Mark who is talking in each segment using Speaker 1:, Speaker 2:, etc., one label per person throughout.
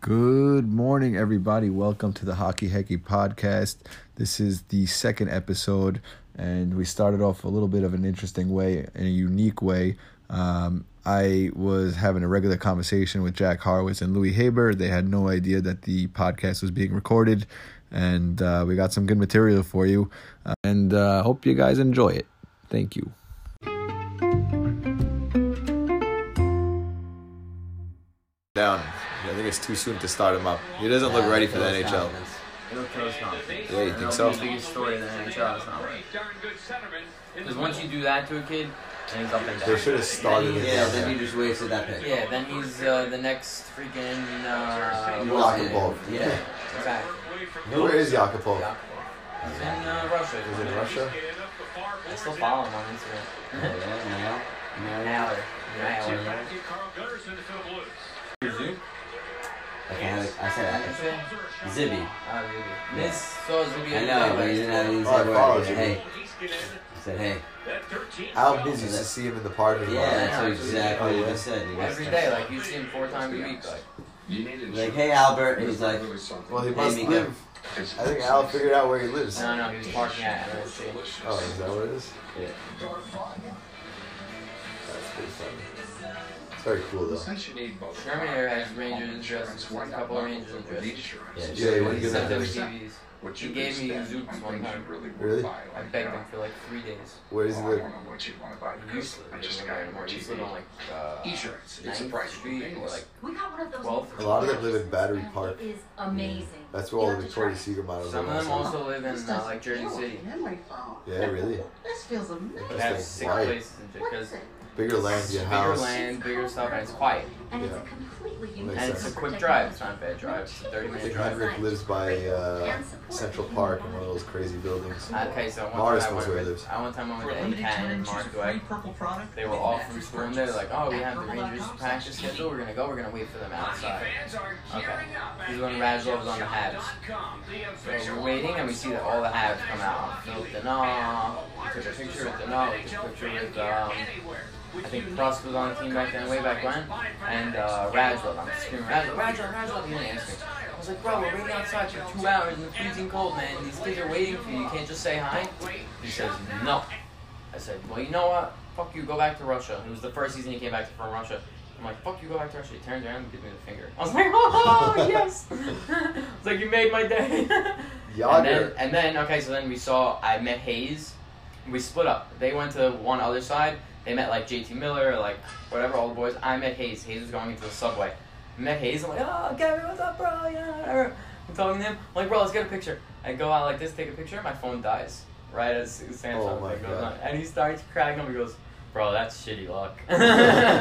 Speaker 1: Good morning, everybody. Welcome to the Hockey Hecky podcast. This is the second episode, and we started off a little bit of an interesting way, in a unique way. Um, I was having a regular conversation with Jack Harwitz and Louis Haber. They had no idea that the podcast was being recorded, and uh, we got some good material for you. Uh, and uh, hope you guys enjoy it. Thank you. Down. I think it's too soon to start him up. He doesn't look ready for the NHL.
Speaker 2: It'll kill his confidence.
Speaker 1: Yeah, you think
Speaker 2: That'll
Speaker 1: so?
Speaker 2: be the biggest story in the NHL. It's not right.
Speaker 3: darn good centerman in
Speaker 2: Because once you do that to a kid, then he's up and
Speaker 1: They
Speaker 2: down.
Speaker 1: should have started it.
Speaker 4: Yeah, then you just wasted that pick.
Speaker 2: Yeah, then he's uh, the next freaking. Uh,
Speaker 4: You
Speaker 1: Lock
Speaker 4: wasted
Speaker 1: and bolt.
Speaker 4: it. Yeah.
Speaker 2: exactly.
Speaker 1: Where is Yakupov?
Speaker 2: He's in uh, Russia.
Speaker 1: Is it Russia?
Speaker 2: I still follow him on Instagram.
Speaker 4: Yeah, now. Now.
Speaker 2: Now, now,
Speaker 4: I can't. I said that. Zibby.
Speaker 2: uh, Miss so Zubi.
Speaker 4: I know, but you didn't have any
Speaker 1: Oh, I
Speaker 4: said
Speaker 1: followed
Speaker 4: word.
Speaker 1: you.
Speaker 4: Hey. I said hey.
Speaker 1: How busy is to see him in the parking lot?
Speaker 4: Yeah, that's exactly what I said. You
Speaker 2: Every
Speaker 4: wasted
Speaker 2: day,
Speaker 4: it.
Speaker 2: like you see him four times a week. Like,
Speaker 4: Like, hey Albert, and he's like,
Speaker 1: Well, he
Speaker 4: Hey,
Speaker 1: must
Speaker 4: Mika.
Speaker 1: live. I think Al figured out where he lives.
Speaker 2: no, no, he was barking at LSC.
Speaker 1: Oh, is that what it is?
Speaker 4: Yeah.
Speaker 1: That's pretty funny. It's very cool though.
Speaker 2: Germany has Rangers dresses, a couple of Rangers dresses.
Speaker 4: yeah,
Speaker 1: Yeah, you wouldn't give
Speaker 2: Sent
Speaker 1: that to
Speaker 2: them TVs. He gave me Zoops one time.
Speaker 1: Really?
Speaker 2: I begged him for like uh, three days.
Speaker 1: Where is he live?
Speaker 2: Useless. I just got more cheese. on like uh, insurance. It's a price street or like
Speaker 5: We got one of those.
Speaker 2: Well,
Speaker 5: Well,
Speaker 1: A lot of them live in Battery Park.
Speaker 5: It is amazing.
Speaker 1: That's where all the Victoria's
Speaker 5: Victoria's
Speaker 1: Secret models
Speaker 2: some of them
Speaker 1: are.
Speaker 2: also live in uh, like Jersey City.
Speaker 6: Memory foam.
Speaker 1: Yeah, really.
Speaker 6: This feels amazing.
Speaker 2: They
Speaker 1: That's
Speaker 2: have
Speaker 1: like
Speaker 2: six
Speaker 1: why?
Speaker 2: places and shit
Speaker 5: What is
Speaker 2: because
Speaker 5: it?
Speaker 1: Bigger land, your
Speaker 2: bigger
Speaker 1: house.
Speaker 2: land, bigger stuff, and it's quiet.
Speaker 5: And
Speaker 1: Yeah.
Speaker 5: it's a completely unique.
Speaker 2: And it's a
Speaker 1: sense.
Speaker 2: quick drive. It's not a bad drive. It's a 30
Speaker 1: I
Speaker 2: minute
Speaker 1: think
Speaker 2: drive.
Speaker 1: Henrik lives by uh, Central Park in one of those crazy buildings.
Speaker 2: Okay, so one
Speaker 1: Morris
Speaker 2: time I
Speaker 1: knows
Speaker 2: went
Speaker 1: where it
Speaker 2: with,
Speaker 1: lives.
Speaker 2: I one time I went to Ken and Mark Dweck. They were all from school and they were like, oh, we have the Rangers practice schedule. We're going to go. We're going to wait for them outside. Okay. This is when Radlov's on the Habs. So we're waiting and we see that all the Habs come out. Philip Denault, we took a picture with Denault, we took a picture with, um, I think Prost was on the team back then, way back when, and uh, Radlov. I'm screaming, Radlov, Radlov, Radlov, he didn't answer me. I was like, bro, we're waiting outside for two hours in the freezing cold, man. These kids are waiting for you. You can't just say hi. He says, no. I said, well, you know what? Fuck you, go back to Russia. It was the first season he came back to from Russia. I'm like, fuck you, go back to Russia. He turns around and gives me the finger. I was like, oh, yes. I was like, you made my day. and, then,
Speaker 1: Yager.
Speaker 2: and then, okay, so then we saw, I met Hayes. We split up. They went to one other side. They met, like, JT Miller, or, like, whatever, all the boys. I met Hayes. Hayes was going into the subway. Met Hayes. I'm like, oh, Gary, what's up, bro? Yeah, whatever. I'm talking to him. I'm like, bro, let's get a picture. I go out like this, take a picture. My phone dies right as Samsung
Speaker 1: Oh my
Speaker 2: thing goes
Speaker 1: God.
Speaker 2: on, and he starts cracking up. He goes, "Bro, that's shitty luck." and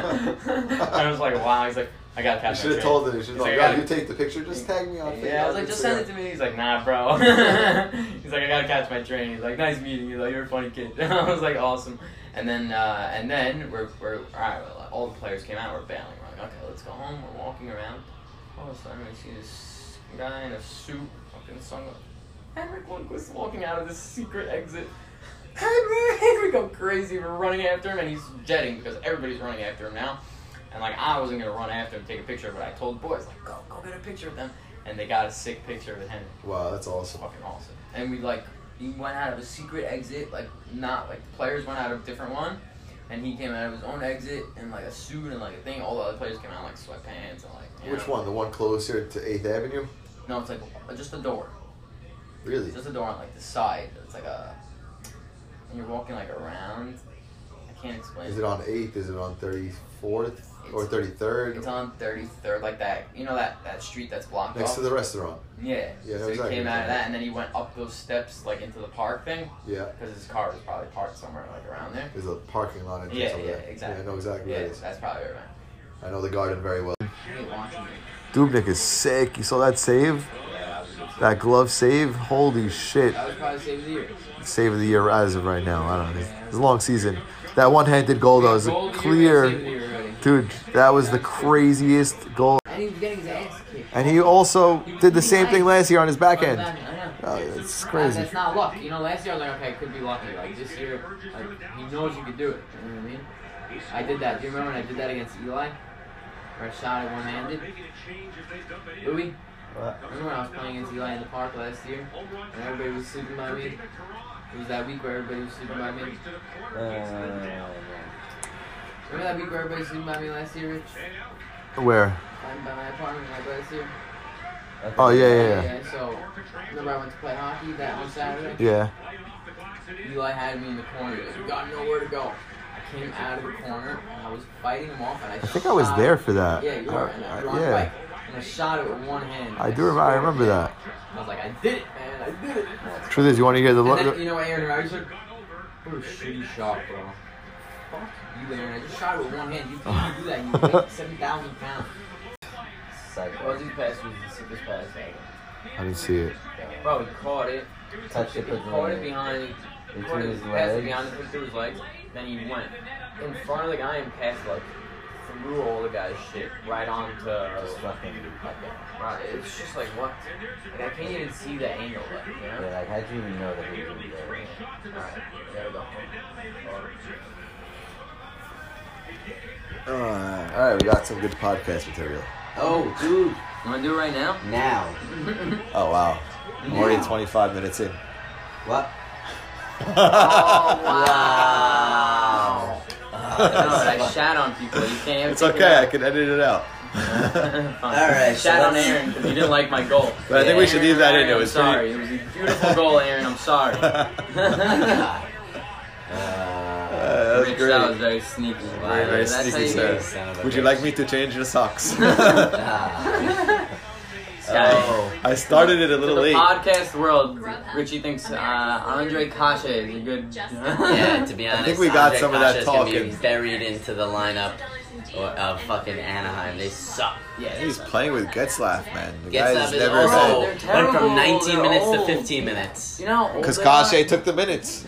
Speaker 2: I was like, "Wow." He's like, "I got to
Speaker 1: You
Speaker 2: catch."
Speaker 1: should have told him. You should have
Speaker 2: He's
Speaker 1: told
Speaker 2: like,
Speaker 1: him.
Speaker 2: I
Speaker 1: you take the picture. Just tag me on.
Speaker 2: Yeah, I was like, just send it to me. He's like, nah, bro. He's like, I gotta catch my train. He's like, nice meeting you. Like, you're a funny kid. I was like, awesome. And then, uh, and then we're, we're all right. Well, all the players came out. We're bailing. We're like, okay, let's go home. We're walking around. All of a sudden, we see this guy in a suit, fucking sunglasses. Henrik Lundqvist walking out of this secret exit. Henrik, we go crazy. We're running after him, and he's jetting because everybody's running after him now. And like I wasn't gonna run after him, take a picture, but I told the boys like, go, go get a picture of them, and they got a sick picture with Henrik.
Speaker 1: Wow, that's awesome.
Speaker 2: Fucking awesome. And we like, he went out of a secret exit, like not like the players went out of a different one, and he came out of his own exit in like a suit and like a thing. All the other players came out in, like sweatpants and like. you
Speaker 1: Which
Speaker 2: know.
Speaker 1: one? The one closer to Eighth Avenue?
Speaker 2: No, it's like uh, just a door.
Speaker 1: Really?
Speaker 2: There's a door on like the side. It's like a. And you're walking like around. I can't explain.
Speaker 1: Is it on Eighth? Is it on Thirty Fourth or Thirty Third?
Speaker 2: It's on 33rd, like that. You know that that street that's blocked
Speaker 1: Next
Speaker 2: off.
Speaker 1: to the restaurant.
Speaker 2: yeah.
Speaker 1: Yeah,
Speaker 2: So
Speaker 1: exactly.
Speaker 2: he came out of that, and then he went up those steps like into the park thing
Speaker 1: Yeah.
Speaker 2: because his car was probably parked somewhere like around there.
Speaker 1: There's a parking lot entrance
Speaker 2: Yeah,
Speaker 1: over
Speaker 2: yeah,
Speaker 1: there.
Speaker 2: exactly.
Speaker 1: Yeah, I know exactly where
Speaker 2: yeah,
Speaker 1: it is.
Speaker 2: that's probably around.
Speaker 1: I know the garden very well.
Speaker 2: Hey, watching me.
Speaker 1: Dubnik is sick. You saw that save? That glove save? Holy shit.
Speaker 2: That was probably save of the year.
Speaker 1: Save of the year as of right now. I don't know. It's a long season. That one handed goal, though, is a clear. Dude, that was the craziest goal.
Speaker 2: And he was getting his ass kicked.
Speaker 1: And he also did the same thing last year on his back
Speaker 2: I
Speaker 1: end.
Speaker 2: know.
Speaker 1: Oh, it's
Speaker 2: Yeah,
Speaker 1: crazy.
Speaker 2: That's not luck. You know, last year I was like, okay, it could be lucky. Like this year, like he knows you could do it. You know what I mean? I did that. Do you remember when I did that against Eli? Or a shot at one handed. Louis,
Speaker 7: What?
Speaker 2: remember when I was playing against Eli in the park last year? And everybody was sleeping by me? It was that week where everybody was sleeping by me.
Speaker 7: Uh,
Speaker 2: Remember that week where everybody was sleeping by me last year, Rich?
Speaker 1: Where?
Speaker 2: By, by my apartment like last year?
Speaker 7: okay.
Speaker 1: Oh yeah, yeah, yeah.
Speaker 2: Yeah, so remember I went to play hockey that one Saturday?
Speaker 1: Yeah.
Speaker 2: Eli had me in the corner. I got nowhere to go. I came out of the corner and I was fighting him off, and I.
Speaker 1: I think I was there for that.
Speaker 2: Yeah, you were. And
Speaker 1: I-
Speaker 2: I,
Speaker 1: I-
Speaker 2: dropped
Speaker 1: yeah.
Speaker 2: like, and I shot it with one hand.
Speaker 1: I do. Remember, I
Speaker 2: swear.
Speaker 1: remember that.
Speaker 2: I was like, I did it, man. I did it.
Speaker 1: Truth is, you want to hear the.
Speaker 2: And
Speaker 1: Lo-
Speaker 2: then, you know, Aaron Rodgers. What a shitty shot, bro. Fuck you, Aaron. I just shot it with one hand. You can't do that. You weigh seven thousand pounds.
Speaker 7: Psycho.
Speaker 2: Ozzy's pass was the sickest pass ever.
Speaker 1: I didn't see it.
Speaker 2: Bro, he caught it.
Speaker 7: Touched
Speaker 2: He
Speaker 7: it with
Speaker 2: caught it
Speaker 7: one.
Speaker 2: behind. He
Speaker 7: Between
Speaker 2: caught it
Speaker 7: his
Speaker 2: passed it
Speaker 7: legs.
Speaker 2: behind the put through his legs. Then he went in front of the guy and passed like through all the guy's shit right onto.
Speaker 7: Just fucking.
Speaker 2: Like, bro, it's just like what? Like I can't even see the angle. Like, you
Speaker 7: Yeah,
Speaker 2: know?
Speaker 7: like how'd you even know that he was gonna be there?
Speaker 2: Alright, there we go.
Speaker 1: Uh, all right, we got some good podcast material.
Speaker 7: Oh, dude,
Speaker 2: You wanna do it right now?
Speaker 7: now
Speaker 1: Oh wow, I'm already
Speaker 7: Now.
Speaker 1: 25 minutes in.
Speaker 7: what?
Speaker 2: Oh wow! no, I shat on people. You can't.
Speaker 1: It's
Speaker 2: take it
Speaker 1: okay. I
Speaker 2: out.
Speaker 1: can edit it out.
Speaker 2: Fine.
Speaker 7: Alright, so
Speaker 2: Shat on
Speaker 7: that's-
Speaker 2: Aaron because you didn't like my goal.
Speaker 1: But I think we should
Speaker 2: Aaron,
Speaker 1: leave that in.
Speaker 2: Aaron,
Speaker 1: It was
Speaker 2: I'm
Speaker 1: pretty-
Speaker 2: sorry. It was a beautiful goal, Aaron. I'm sorry.
Speaker 7: uh,
Speaker 1: Uh, that was
Speaker 2: Rich,
Speaker 1: great.
Speaker 2: that was very sneaky. Wow,
Speaker 1: Very, very
Speaker 2: that's
Speaker 1: sneaky,
Speaker 2: how you
Speaker 1: sir.
Speaker 2: do it.
Speaker 7: Son of a
Speaker 1: Would you
Speaker 7: bitch.
Speaker 1: like me to change your socks?
Speaker 2: Shat.
Speaker 1: I started it a
Speaker 2: To
Speaker 1: little
Speaker 2: the
Speaker 1: late.
Speaker 2: podcast world, Richie thinks uh, Andre Kasha is a good.
Speaker 4: Yeah, to be honest,
Speaker 1: think we got
Speaker 4: Andre
Speaker 1: some of that
Speaker 4: Kasha's gonna be
Speaker 1: talking.
Speaker 4: buried into the lineup of of uh, fucking Anaheim. They suck.
Speaker 2: Yeah,
Speaker 1: He's playing with Getzlaff, man. The
Speaker 4: Gets
Speaker 1: guy's
Speaker 4: up is
Speaker 1: never
Speaker 2: also-
Speaker 1: been.
Speaker 4: old.
Speaker 2: They're
Speaker 4: Went
Speaker 2: terrible,
Speaker 4: from 19
Speaker 2: they're
Speaker 4: minutes to
Speaker 2: old.
Speaker 4: 15 minutes.
Speaker 2: You know,
Speaker 1: Because
Speaker 2: they are-
Speaker 1: Kashe took the minutes.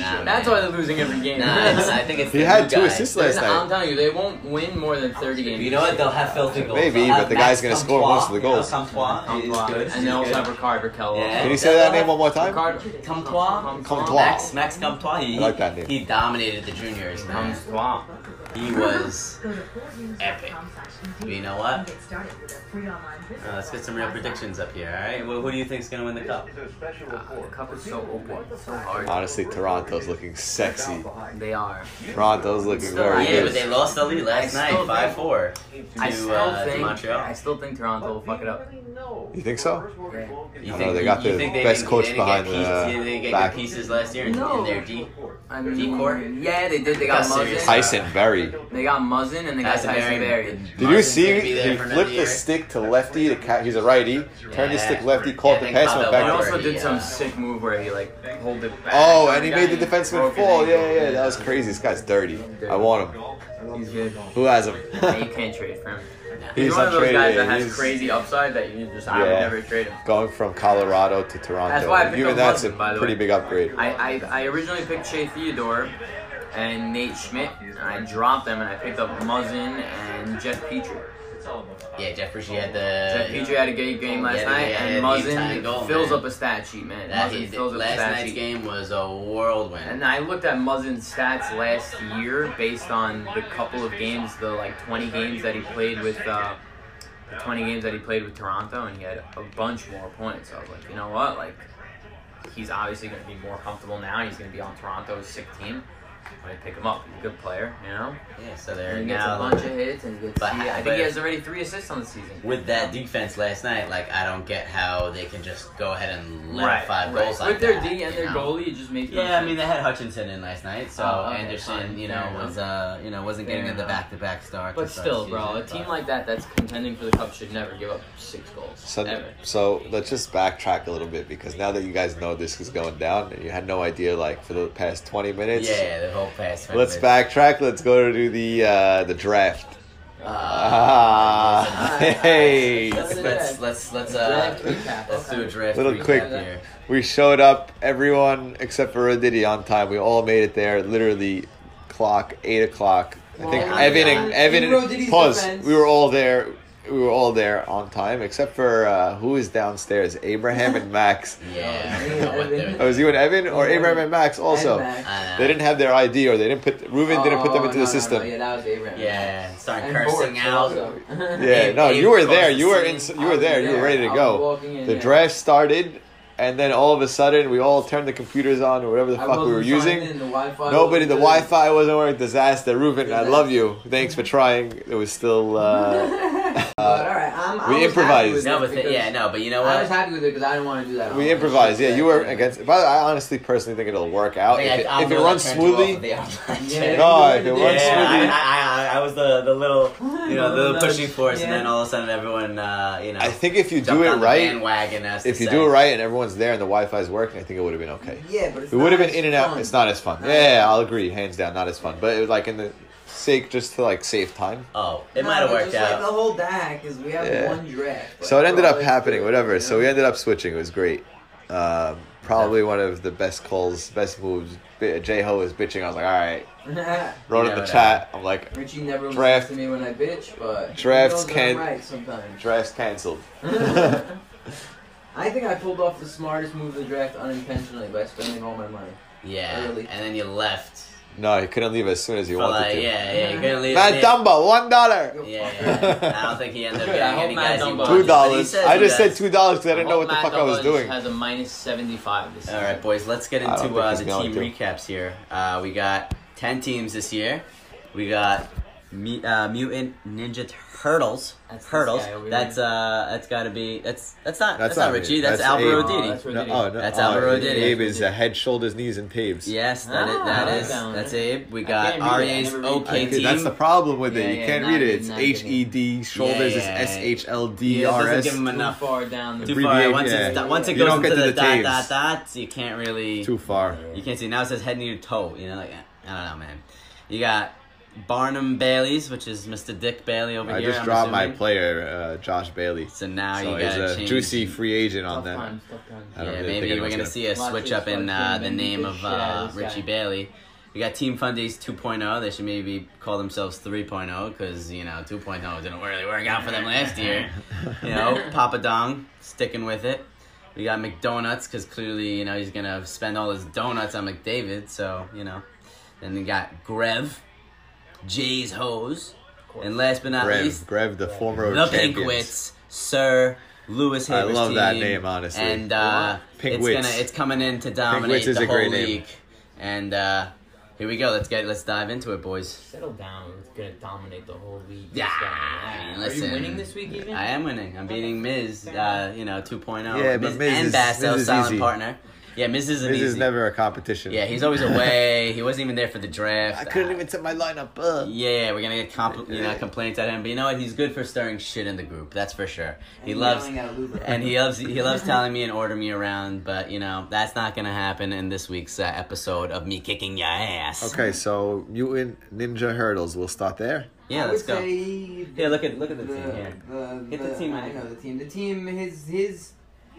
Speaker 4: Nah,
Speaker 2: That's why
Speaker 4: man.
Speaker 2: they're losing every game.
Speaker 4: Nah, it's, I think it's
Speaker 1: He
Speaker 4: the
Speaker 1: had
Speaker 4: new
Speaker 1: two
Speaker 4: guy.
Speaker 1: assists
Speaker 2: They're
Speaker 1: last
Speaker 2: not-
Speaker 1: night.
Speaker 2: I'm telling you, they won't win more than 30 games.
Speaker 4: You know what? They'll have filthy goals.
Speaker 1: Maybe,
Speaker 4: They'll
Speaker 1: but
Speaker 4: have
Speaker 1: the
Speaker 4: Max
Speaker 1: guy's gonna score
Speaker 4: Comtois,
Speaker 1: most of the
Speaker 4: you know,
Speaker 1: goals.
Speaker 4: Comtois is
Speaker 2: Comtois.
Speaker 4: good.
Speaker 2: And they also have
Speaker 4: He's
Speaker 2: Ricard Raquel.
Speaker 4: Yeah.
Speaker 1: Can you say that name one more time?
Speaker 2: Ricard
Speaker 4: Comtois?
Speaker 1: Comtois.
Speaker 4: good. Max, Max Comtois. He,
Speaker 1: I like that name.
Speaker 4: he dominated the juniors, man.
Speaker 2: Comtois.
Speaker 4: He was.
Speaker 5: Epic.
Speaker 4: You know what? Uh, let's get some real predictions up here, alright? Well, who do you think's gonna win the cup?
Speaker 2: The cup is so open, so hard.
Speaker 1: Honestly, Toronto's looking sexy.
Speaker 2: They are.
Speaker 1: Toronto's looking very
Speaker 4: yeah, but
Speaker 1: good.
Speaker 4: they lost the lead last
Speaker 2: I
Speaker 4: night,
Speaker 2: still
Speaker 4: 5 4. To,
Speaker 2: I still
Speaker 4: uh, to
Speaker 2: think. I
Speaker 4: Montreal.
Speaker 2: still think Toronto will fuck it up.
Speaker 1: You think so?
Speaker 4: You
Speaker 1: I
Speaker 4: think,
Speaker 1: know, they
Speaker 4: you-
Speaker 1: got
Speaker 4: you
Speaker 1: the
Speaker 4: think they
Speaker 1: best
Speaker 4: didn't-
Speaker 1: coach
Speaker 4: they didn't
Speaker 1: behind
Speaker 4: get
Speaker 1: the,
Speaker 4: pieces,
Speaker 1: uh,
Speaker 4: They didn't get
Speaker 1: back.
Speaker 4: good pieces last year in,
Speaker 2: No.
Speaker 4: in their D.
Speaker 2: I mean,
Speaker 4: D-Court?
Speaker 2: Yeah, they did. They got
Speaker 4: That's serious.
Speaker 2: Muzzin.
Speaker 4: Tyson-
Speaker 1: Tyson Berry.
Speaker 2: They got Muzzin and they got
Speaker 4: Tyson
Speaker 2: Tyson
Speaker 4: Berry.
Speaker 2: Berry.
Speaker 1: Did you
Speaker 4: Martin's
Speaker 1: see?
Speaker 4: gonna be there
Speaker 1: He
Speaker 4: for another
Speaker 1: flipped
Speaker 4: year.
Speaker 1: the stick to lefty. To ca- he's a righty. Turned the
Speaker 4: Yeah.
Speaker 1: stick lefty. Caught
Speaker 4: Yeah,
Speaker 1: the
Speaker 4: I think
Speaker 1: pass. Went
Speaker 4: Pavel
Speaker 1: back.
Speaker 2: He
Speaker 1: to-
Speaker 2: also
Speaker 4: Berry,
Speaker 2: did some
Speaker 4: uh,
Speaker 2: sick move where he like pulled it back.
Speaker 1: Oh, and he made the
Speaker 2: Broke his
Speaker 1: defenseman fall.
Speaker 2: ankle.
Speaker 1: Yeah, yeah, that was crazy. This guy's dirty. I want him.
Speaker 2: He's good.
Speaker 1: Who has him?
Speaker 2: Yeah, you can't trade for him. He's,
Speaker 1: He's
Speaker 2: one of those
Speaker 1: untradeable.
Speaker 2: guys that has
Speaker 1: He's-
Speaker 2: crazy upside that you just I would
Speaker 1: Yeah.
Speaker 2: never trade him.
Speaker 1: Going from Colorado to Toronto.
Speaker 2: That's why I picked
Speaker 1: Even
Speaker 2: up
Speaker 1: that's a
Speaker 2: Muzzin, by the
Speaker 1: pretty
Speaker 2: way.
Speaker 1: big upgrade.
Speaker 2: I, I, I originally picked Shea Theodore and Nate Schmidt, and I dropped them and I picked up Muzzin and Jeff Petrie.
Speaker 4: Yeah, Jeffrey had the.
Speaker 2: Jeff Petrie had a great game last
Speaker 4: Yeah,
Speaker 2: night,
Speaker 4: yeah,
Speaker 2: and
Speaker 4: yeah, big time
Speaker 2: Muzzin
Speaker 4: goal,
Speaker 2: fills
Speaker 4: man.
Speaker 2: up a stat sheet, man.
Speaker 4: That
Speaker 2: Muzzin
Speaker 4: he,
Speaker 2: fills up a
Speaker 4: last
Speaker 2: stat
Speaker 4: night's
Speaker 2: sheet.
Speaker 4: game was a whirlwind.
Speaker 2: And I looked at Muzzin's stats last year based on the couple of games, the like 20 games that he played with, uh, the 20 games that he played with Toronto, and he had a bunch more points. So I was like, you know what? Like, he's obviously going to be more comfortable now. He's going to be on Toronto's sick team. I'm going to pick him up. He's a good player, you know?
Speaker 4: yeah, so they're
Speaker 2: And he gets
Speaker 4: now
Speaker 2: a bunch of hits, and he gets,
Speaker 4: But-
Speaker 2: he- I think
Speaker 4: but-
Speaker 2: he has already three assists on the season.
Speaker 4: with that defense last night. Like, I don't get how they can just go ahead and let
Speaker 2: Right,
Speaker 4: five
Speaker 2: right.
Speaker 4: goals
Speaker 2: With
Speaker 4: like
Speaker 2: their
Speaker 4: that,
Speaker 2: D and
Speaker 4: you
Speaker 2: their
Speaker 4: know?
Speaker 2: goalie, it just makes no
Speaker 4: Yeah, I
Speaker 2: sense.
Speaker 4: mean they had Hutchinson in last night, so
Speaker 2: Oh, okay,
Speaker 4: Anderson,
Speaker 2: fine.
Speaker 4: you
Speaker 2: Fair
Speaker 4: know,
Speaker 2: enough.
Speaker 4: was uh, you know, wasn't getting
Speaker 2: Fair
Speaker 4: in the
Speaker 2: enough.
Speaker 4: back-to-back start. to
Speaker 2: But
Speaker 4: start
Speaker 2: still,
Speaker 4: the
Speaker 2: bro, a
Speaker 4: season,
Speaker 2: team
Speaker 4: but-
Speaker 2: like that that's contending for the cup should never give up six goals.
Speaker 1: So,
Speaker 2: ever.
Speaker 1: so let's just backtrack a little bit because now that you guys know this is going down and you had no idea like for the past 20 minutes.
Speaker 4: yeah, the whole pass.
Speaker 1: Let's backtrack. Let's go to the uh, the draft. Ah, hey.
Speaker 4: Uh, Let's let's let's let's uh,
Speaker 2: Draft recap,
Speaker 4: let's do a
Speaker 2: okay.
Speaker 4: draft
Speaker 1: Little
Speaker 4: recap
Speaker 1: quick-
Speaker 4: here.
Speaker 1: We showed up, everyone except for Diddy on time. We all made it there, literally clock, 8 o'clock. I think
Speaker 2: Well,
Speaker 1: Evan
Speaker 4: yeah.
Speaker 1: and Evan
Speaker 2: In Rodriguez's
Speaker 1: and pause.
Speaker 2: defense-
Speaker 1: We were all there. we were all there on time, except for uh, who is downstairs? Abraham and Max.
Speaker 4: Yeah.
Speaker 2: Oh, yeah.
Speaker 4: what they're-
Speaker 1: Oh, was you and Evan, or
Speaker 2: Yeah.
Speaker 1: Abraham and Max also?
Speaker 2: And back.
Speaker 4: I
Speaker 1: They
Speaker 4: know.
Speaker 1: didn't have their ID, or they didn't put. Reuben didn't put them
Speaker 2: Oh,
Speaker 1: into
Speaker 2: no,
Speaker 1: the
Speaker 2: no, no,
Speaker 1: system.
Speaker 2: Yeah, that was Abraham.
Speaker 4: Yeah, start
Speaker 2: And
Speaker 4: cursing
Speaker 2: Boris
Speaker 4: out.
Speaker 2: also.
Speaker 1: Yeah,
Speaker 4: Abe-
Speaker 1: no,
Speaker 4: Abe
Speaker 1: you were
Speaker 4: across
Speaker 1: there.
Speaker 4: the
Speaker 1: You were
Speaker 4: scene.
Speaker 1: in. You were
Speaker 2: was
Speaker 1: there. You were
Speaker 2: there.
Speaker 1: ready to
Speaker 2: I was
Speaker 1: go.
Speaker 2: walking in,
Speaker 1: The
Speaker 2: yeah.
Speaker 1: draft started, and then all of a sudden, we all turned the computers on or whatever the
Speaker 2: I
Speaker 1: fuck we
Speaker 2: wasn't
Speaker 1: were
Speaker 2: signed
Speaker 1: using.
Speaker 2: in, the Wi-Fi
Speaker 1: Nobody. The
Speaker 2: wasn't good.
Speaker 1: Wi-Fi wasn't working. Disaster. Reuben, I
Speaker 2: Disaster.
Speaker 1: love you. Thanks for trying. It was still. Uh,
Speaker 2: But all right, I'm, I
Speaker 1: we
Speaker 2: was happy
Speaker 1: improvised.
Speaker 2: with
Speaker 4: No,
Speaker 2: it
Speaker 4: but the,
Speaker 2: because
Speaker 4: yeah, no, but you know
Speaker 2: I was
Speaker 4: what?
Speaker 2: happy with it because I didn't want to do that.
Speaker 1: we
Speaker 2: homework.
Speaker 1: improvised. Yeah, you were
Speaker 2: Yeah.
Speaker 1: against. But I honestly, personally, think it'll work out if it,
Speaker 4: I'm
Speaker 1: if
Speaker 4: the
Speaker 1: it
Speaker 4: one
Speaker 1: runs
Speaker 4: that turned you off
Speaker 1: smoothly.
Speaker 4: of the online
Speaker 2: Yeah,
Speaker 4: chat.
Speaker 2: you
Speaker 1: Oh,
Speaker 2: were
Speaker 1: if it
Speaker 2: the-
Speaker 1: works
Speaker 4: Yeah,
Speaker 1: smoothly.
Speaker 4: I, I, I, I was the, the little, you know, the little pushing force, and
Speaker 2: Yeah.
Speaker 4: then all of a sudden everyone, uh, you know,
Speaker 1: I think if you do
Speaker 4: jumped
Speaker 1: it
Speaker 4: on the
Speaker 1: right,
Speaker 4: bandwagon. as
Speaker 1: if
Speaker 4: to
Speaker 1: you
Speaker 4: say.
Speaker 1: do it right, and everyone's there, and the Wi-Fi is working, I think it would have been okay.
Speaker 2: Yeah, but it's
Speaker 1: It would have
Speaker 2: not
Speaker 1: been in and out. It's not as fun. Yeah, yeah, I'll agree, hands down, not as fun. But it was like in the sake just to like save time.
Speaker 4: oh, it
Speaker 2: No,
Speaker 4: might have
Speaker 2: but
Speaker 4: worked
Speaker 2: just Like
Speaker 4: out.
Speaker 2: the whole DAC is we have
Speaker 1: Yeah.
Speaker 2: one draft.
Speaker 1: So it ended up
Speaker 2: Like,
Speaker 1: happening,
Speaker 2: yeah.
Speaker 1: whatever. So we ended up switching. It was great. Um, probably one of the best calls, best moves. J Ho was bitching. I was like, all right. Wrote in
Speaker 4: Yeah,
Speaker 1: the
Speaker 4: whatever.
Speaker 1: chat. I'm like,
Speaker 2: Richie never listens
Speaker 1: Draft-
Speaker 2: to me when I bitch, but he
Speaker 1: drafts
Speaker 2: knows that I'm
Speaker 1: can't-
Speaker 2: right sometimes.
Speaker 1: draft's canceled.
Speaker 2: I think I pulled off the smartest move of the draft unintentionally by spending all my money.
Speaker 4: Yeah,
Speaker 2: Early.
Speaker 4: and then you left.
Speaker 1: No, he couldn't leave as soon as he
Speaker 4: For
Speaker 1: wanted
Speaker 4: like,
Speaker 1: to.
Speaker 4: yeah, yeah, you're gonna leave.
Speaker 1: Matt Dumbo, one dollar,
Speaker 2: Go
Speaker 4: Yeah,
Speaker 2: fuck
Speaker 4: yeah, yeah. I don't think he ended up
Speaker 8: Good, I
Speaker 4: getting
Speaker 8: hope
Speaker 4: any
Speaker 8: Matt
Speaker 4: guys. he
Speaker 8: Dumbo-
Speaker 4: wanted,
Speaker 1: two
Speaker 4: but he
Speaker 1: dollars.
Speaker 4: says
Speaker 1: I
Speaker 4: he
Speaker 1: just said
Speaker 4: does.
Speaker 1: two dollars because I didn't know what the
Speaker 8: Matt
Speaker 1: fuck I was
Speaker 8: Dumbo
Speaker 1: doing.
Speaker 8: Has a minus seventy five this
Speaker 4: All
Speaker 8: season.
Speaker 4: right, boys, let's get
Speaker 1: I don't
Speaker 4: into
Speaker 1: think
Speaker 4: uh,
Speaker 1: he's
Speaker 4: the
Speaker 1: going
Speaker 4: team
Speaker 1: to.
Speaker 4: recaps here. Uh, we got 10 teams this year. We got mu- uh, Mutant Ninja Turtles.
Speaker 8: That's this
Speaker 4: Hurdles.
Speaker 8: guy over
Speaker 4: That's uh, that's got to be that's that's not
Speaker 1: That's
Speaker 4: that's,
Speaker 1: not
Speaker 4: not
Speaker 1: me.
Speaker 4: Richie. That's,
Speaker 1: That's
Speaker 4: Alvaro
Speaker 1: Abe.
Speaker 8: Oh,
Speaker 4: Didi.
Speaker 8: that's Richie.
Speaker 1: No, oh, no,
Speaker 4: That's
Speaker 1: oh,
Speaker 4: Alvaro
Speaker 1: Abe
Speaker 4: Diddy.
Speaker 1: Abe is uh, head, shoulders, knees, and paves.
Speaker 4: Yes, that is,
Speaker 8: Ah,
Speaker 4: that
Speaker 8: I
Speaker 4: is
Speaker 8: like that one.
Speaker 4: that's Abe. We
Speaker 8: I
Speaker 4: got
Speaker 8: can't read it. I
Speaker 4: Ari's
Speaker 8: never read it.
Speaker 4: OK
Speaker 1: I-
Speaker 4: team.
Speaker 1: That's the problem with it.
Speaker 8: Yeah,
Speaker 1: you
Speaker 8: yeah,
Speaker 1: can't
Speaker 8: not
Speaker 1: read
Speaker 8: good,
Speaker 1: it. It's
Speaker 8: not good.
Speaker 1: H E D shoulders. It's
Speaker 4: Yeah.
Speaker 1: S H L D E
Speaker 4: yeah, it
Speaker 1: R
Speaker 4: doesn't
Speaker 1: S.
Speaker 4: give him
Speaker 8: Too
Speaker 4: enough.
Speaker 8: far down. The
Speaker 4: Too far.
Speaker 1: abbreviate,
Speaker 4: Once,
Speaker 1: yeah.
Speaker 4: it's, do- once it
Speaker 1: You
Speaker 4: goes
Speaker 1: don't get
Speaker 4: into
Speaker 1: to
Speaker 4: the,
Speaker 1: the
Speaker 4: dot
Speaker 1: tapes.
Speaker 4: dot dots, you can't really
Speaker 1: Too far.
Speaker 4: You can't see now. It says head, knee, toe. You know, like I don't know, man. You got Barnum Bailey's, which is Mr. Dick Bailey over
Speaker 1: I
Speaker 4: here.
Speaker 1: just
Speaker 4: I'm
Speaker 1: dropped my
Speaker 4: assuming.
Speaker 1: player, uh, Josh Bailey.
Speaker 4: So
Speaker 1: so
Speaker 4: now you
Speaker 1: he's
Speaker 4: got
Speaker 1: a
Speaker 4: to change.
Speaker 1: juicy free agent on
Speaker 8: Tough
Speaker 1: them.
Speaker 8: times, tough times.
Speaker 1: I
Speaker 4: Yeah,
Speaker 1: don't really think
Speaker 4: maybe we're
Speaker 1: anyone's
Speaker 4: gonna
Speaker 1: gonna-
Speaker 4: see a
Speaker 8: Lots
Speaker 4: switch
Speaker 8: of
Speaker 4: up in
Speaker 8: fucking
Speaker 4: uh, the
Speaker 8: men
Speaker 4: name
Speaker 8: beat
Speaker 4: of
Speaker 8: the shit out
Speaker 4: uh,
Speaker 8: of this
Speaker 4: Richie
Speaker 8: guy.
Speaker 4: Bailey. We got Team Fundies 2.0. They should maybe call themselves 3.0 because you know 2.0 didn't really work out for them last year. You know, Papa Dong sticking with it. We got McDonuts because clearly you know he's gonna spend all his donuts on McDavid. So you know, then we got Grev, Jay's Hose, and last but not least,
Speaker 1: Grev, Grev, the former
Speaker 4: the
Speaker 1: champions.
Speaker 4: Pinkwits, Sir Lewis
Speaker 1: I
Speaker 4: Haber's
Speaker 1: love that
Speaker 4: team,
Speaker 1: name, honestly.
Speaker 4: And uh,
Speaker 1: Pinkwits.
Speaker 4: it's gonna it's coming in to dominate
Speaker 1: Pinkwits is
Speaker 4: the
Speaker 1: a
Speaker 4: whole
Speaker 1: great name.
Speaker 4: league. And uh, here we go. Let's get let's dive into it, boys.
Speaker 8: Settle down. It's gonna dominate the whole league.
Speaker 4: Yeah,
Speaker 8: This guy.
Speaker 4: I mean,
Speaker 8: Are
Speaker 4: listen,
Speaker 8: you winning this week even?
Speaker 4: I am winning. I'm beating Miz. Uh, you know, 2.0.
Speaker 1: Yeah, but Miz
Speaker 4: and
Speaker 1: is-
Speaker 4: Basso,
Speaker 1: Miz is
Speaker 4: silent
Speaker 1: easy.
Speaker 4: partner. Yeah, Miz is an
Speaker 1: This is
Speaker 4: easy-
Speaker 1: never a competition.
Speaker 4: Yeah, he's always away. he wasn't even there for the draft.
Speaker 1: I couldn't
Speaker 4: Uh,
Speaker 1: even set my lineup up.
Speaker 4: Yeah, we're gonna get compl- you know
Speaker 1: Yeah.
Speaker 4: complaints at him, but you know what? He's good for stirring shit in the group. That's for sure. He
Speaker 2: And
Speaker 4: loves
Speaker 2: yelling at Luba.
Speaker 4: and he loves he loves telling me and ordering me around, but you know that's not gonna happen in this week's uh, episode of me kicking your ass.
Speaker 1: Okay, so mutant ninja hurdles. We'll start there.
Speaker 4: Yeah,
Speaker 2: I
Speaker 4: let's
Speaker 2: would
Speaker 4: go.
Speaker 2: Say
Speaker 4: Yeah, look at look at
Speaker 2: the,
Speaker 4: the team here.
Speaker 2: the,
Speaker 4: Get the team out
Speaker 2: I
Speaker 4: of
Speaker 2: know
Speaker 4: here.
Speaker 2: the team. The team. His his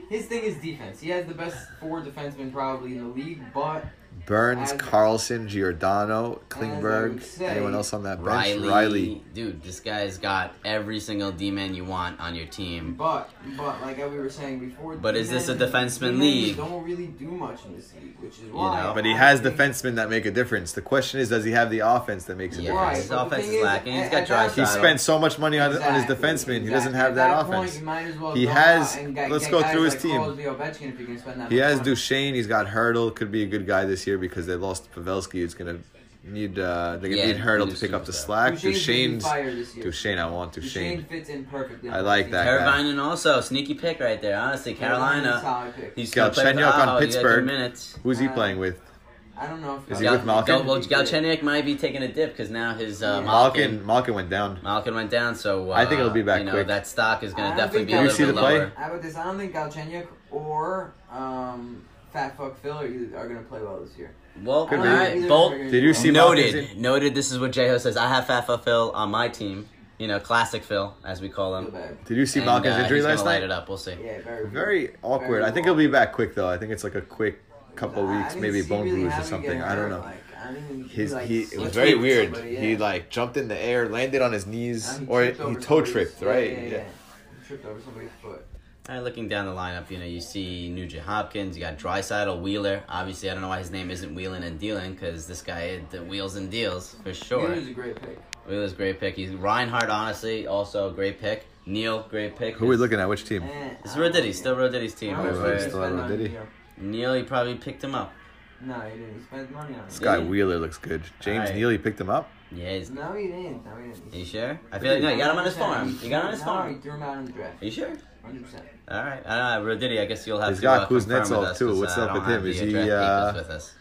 Speaker 2: his thing is defense. He has the best four defensemen probably in the league, but
Speaker 1: Burns,
Speaker 2: As-
Speaker 1: Carlson, Giordano,
Speaker 2: as I
Speaker 1: Klingberg.
Speaker 2: would say,
Speaker 1: Anyone else on that bench?
Speaker 4: Riley,
Speaker 1: Riley.
Speaker 4: dude, this guy's got every single D man you want on your team.
Speaker 2: but but like we were saying before.
Speaker 4: But is this a
Speaker 2: defense-
Speaker 4: defenseman
Speaker 2: defensemen
Speaker 4: league?
Speaker 2: Don't really do much in this league, which is why.
Speaker 4: know,
Speaker 1: But he has
Speaker 2: I think-
Speaker 1: defensemen that make a difference. The question is, does he have the offense that makes a
Speaker 4: Yeah,
Speaker 2: Right,
Speaker 1: difference?
Speaker 4: his
Speaker 2: but the
Speaker 4: offense
Speaker 2: thing
Speaker 4: is
Speaker 2: is,
Speaker 4: lacking. He's
Speaker 2: at-
Speaker 4: got
Speaker 2: at
Speaker 4: dry
Speaker 2: that-
Speaker 1: He spent so much money on, on his
Speaker 2: Exactly,
Speaker 1: defenseman. He doesn't
Speaker 2: exactly.
Speaker 1: have that,
Speaker 2: At that
Speaker 1: offense.
Speaker 2: Point, you might as well
Speaker 1: He
Speaker 2: go
Speaker 1: has-
Speaker 2: out and get-
Speaker 1: let's
Speaker 2: get
Speaker 1: go
Speaker 2: guys
Speaker 1: through his
Speaker 2: like
Speaker 1: team.
Speaker 2: Crosby or Ovechkin if you can spend that
Speaker 1: He
Speaker 2: much
Speaker 1: has
Speaker 2: money.
Speaker 1: Duchesne. He's got Hurdle. Could be a good guy this year because they lost Pavelski. It's gonna need uh, they
Speaker 4: Yeah,
Speaker 1: need Hurdle to
Speaker 4: Duchesne
Speaker 1: pick up the
Speaker 4: was out.
Speaker 1: slack.
Speaker 2: Duchesne's
Speaker 1: Duchesne's
Speaker 2: been fired this year.
Speaker 1: Duchesne. I want
Speaker 2: Duchesne
Speaker 1: Duchesne.
Speaker 2: fits in perfectly.
Speaker 1: I like that guy.
Speaker 4: Irvine and also sneaky pick right there. Honestly,
Speaker 2: Carolina's a
Speaker 4: Carolina.
Speaker 2: solid pick.
Speaker 4: He's gonna play for-
Speaker 1: Galchenyuk on
Speaker 4: oh, he got three
Speaker 1: Pittsburgh.
Speaker 4: Minutes.
Speaker 1: Who's he
Speaker 2: Uh,
Speaker 1: playing with?
Speaker 2: I don't know if
Speaker 1: Is he
Speaker 4: Gal-
Speaker 1: with Malkin?
Speaker 4: Gal- well, Galchenyuk might be taking a dip because now his uh,
Speaker 2: Yeah.
Speaker 1: Malkin. Malkin went down.
Speaker 4: Malkin went down, so uh,
Speaker 1: I think it'll be back
Speaker 4: You know
Speaker 1: quick.
Speaker 4: that stock is
Speaker 2: I
Speaker 4: going to
Speaker 2: don't
Speaker 4: definitely
Speaker 2: think
Speaker 4: be a
Speaker 2: that-
Speaker 4: little
Speaker 1: You see
Speaker 4: bit
Speaker 1: the play?
Speaker 4: lower.
Speaker 2: How about this? I don't think Galchenyuk or um, Fat Fuck Phil are, either, are gonna play well this year.
Speaker 4: Well,
Speaker 1: Could
Speaker 4: all
Speaker 1: be.
Speaker 4: right, Bolt
Speaker 1: Did you see
Speaker 4: noted.
Speaker 1: Malkin's in-
Speaker 4: Noted. This is what J Ho says. I have Fafa Phil on my team. You know, classic Phil as we call him.
Speaker 1: Did you see
Speaker 4: And,
Speaker 1: Malkin's
Speaker 4: uh,
Speaker 1: injury
Speaker 4: he's gonna
Speaker 1: last
Speaker 4: light
Speaker 1: night?
Speaker 4: it up. We'll see.
Speaker 2: Yeah, very.
Speaker 1: Very awkward.
Speaker 2: Very
Speaker 1: I think he'll be back quick though. I think it's like a quick couple
Speaker 2: I
Speaker 1: weeks,
Speaker 2: didn't
Speaker 1: maybe
Speaker 2: see
Speaker 1: bone
Speaker 2: really
Speaker 1: bruise
Speaker 2: how
Speaker 1: or
Speaker 2: he
Speaker 1: something.
Speaker 2: got
Speaker 1: I don't
Speaker 2: hurt,
Speaker 1: know.
Speaker 2: like, I
Speaker 9: I mean,
Speaker 1: His
Speaker 9: like,
Speaker 1: he it was
Speaker 9: slipped
Speaker 1: very
Speaker 9: into
Speaker 1: weird.
Speaker 9: somebody, yeah.
Speaker 1: He like jumped in the air, landed on his knees,
Speaker 9: And
Speaker 1: or
Speaker 9: tripped
Speaker 1: he
Speaker 9: over
Speaker 1: toe
Speaker 9: somebody's-
Speaker 1: tripped,
Speaker 9: yeah,
Speaker 1: right?
Speaker 9: Yeah, He tripped over somebody's foot.
Speaker 4: All right, looking down the lineup, you know, you see Nugent Hopkins, you got Drysaddle, Wheeler. Obviously, I don't know why his name isn't Wheeling and Dealing because this guy the wheels and deals for sure.
Speaker 9: He was a great pick.
Speaker 4: Wheeler's a great pick. He's Reinhardt, honestly, also a great pick. Neil, great pick.
Speaker 1: Who are we looking at? Which team?
Speaker 9: And,
Speaker 4: It's
Speaker 9: I don't
Speaker 4: Roditti's,
Speaker 9: know.
Speaker 4: still Roditti's team.
Speaker 9: How much
Speaker 1: Oh,
Speaker 9: did
Speaker 1: it's
Speaker 4: But
Speaker 9: he
Speaker 1: still
Speaker 9: spend
Speaker 1: on
Speaker 9: on
Speaker 1: Rodditti.
Speaker 9: Neil?
Speaker 4: Neil, he probably picked him up.
Speaker 9: No, he didn't spend money on him.
Speaker 1: Sky
Speaker 4: Yeah.
Speaker 1: Wheeler looks good. James
Speaker 4: Alright.
Speaker 1: Neely picked him up.
Speaker 4: Yeah, he's,
Speaker 9: No, he didn't. No, he didn't.
Speaker 4: are you sure? I feel like, no, you got him on his farm. You got him on his
Speaker 9: no, He
Speaker 4: farm.
Speaker 9: threw him out in the draft.
Speaker 4: Are you sure?
Speaker 9: 100%.
Speaker 4: All right. I don't know, Rodditti, I guess you'll have
Speaker 1: He's
Speaker 4: to
Speaker 1: got
Speaker 4: uh, confirm
Speaker 1: Kuznetsov,
Speaker 4: with us,
Speaker 1: too.
Speaker 4: 'cause,
Speaker 1: What's
Speaker 4: uh, I
Speaker 1: up
Speaker 4: don't
Speaker 1: with him?
Speaker 4: have the,
Speaker 1: Is
Speaker 4: uh,
Speaker 1: he,
Speaker 4: draft
Speaker 1: uh,
Speaker 4: papers with us.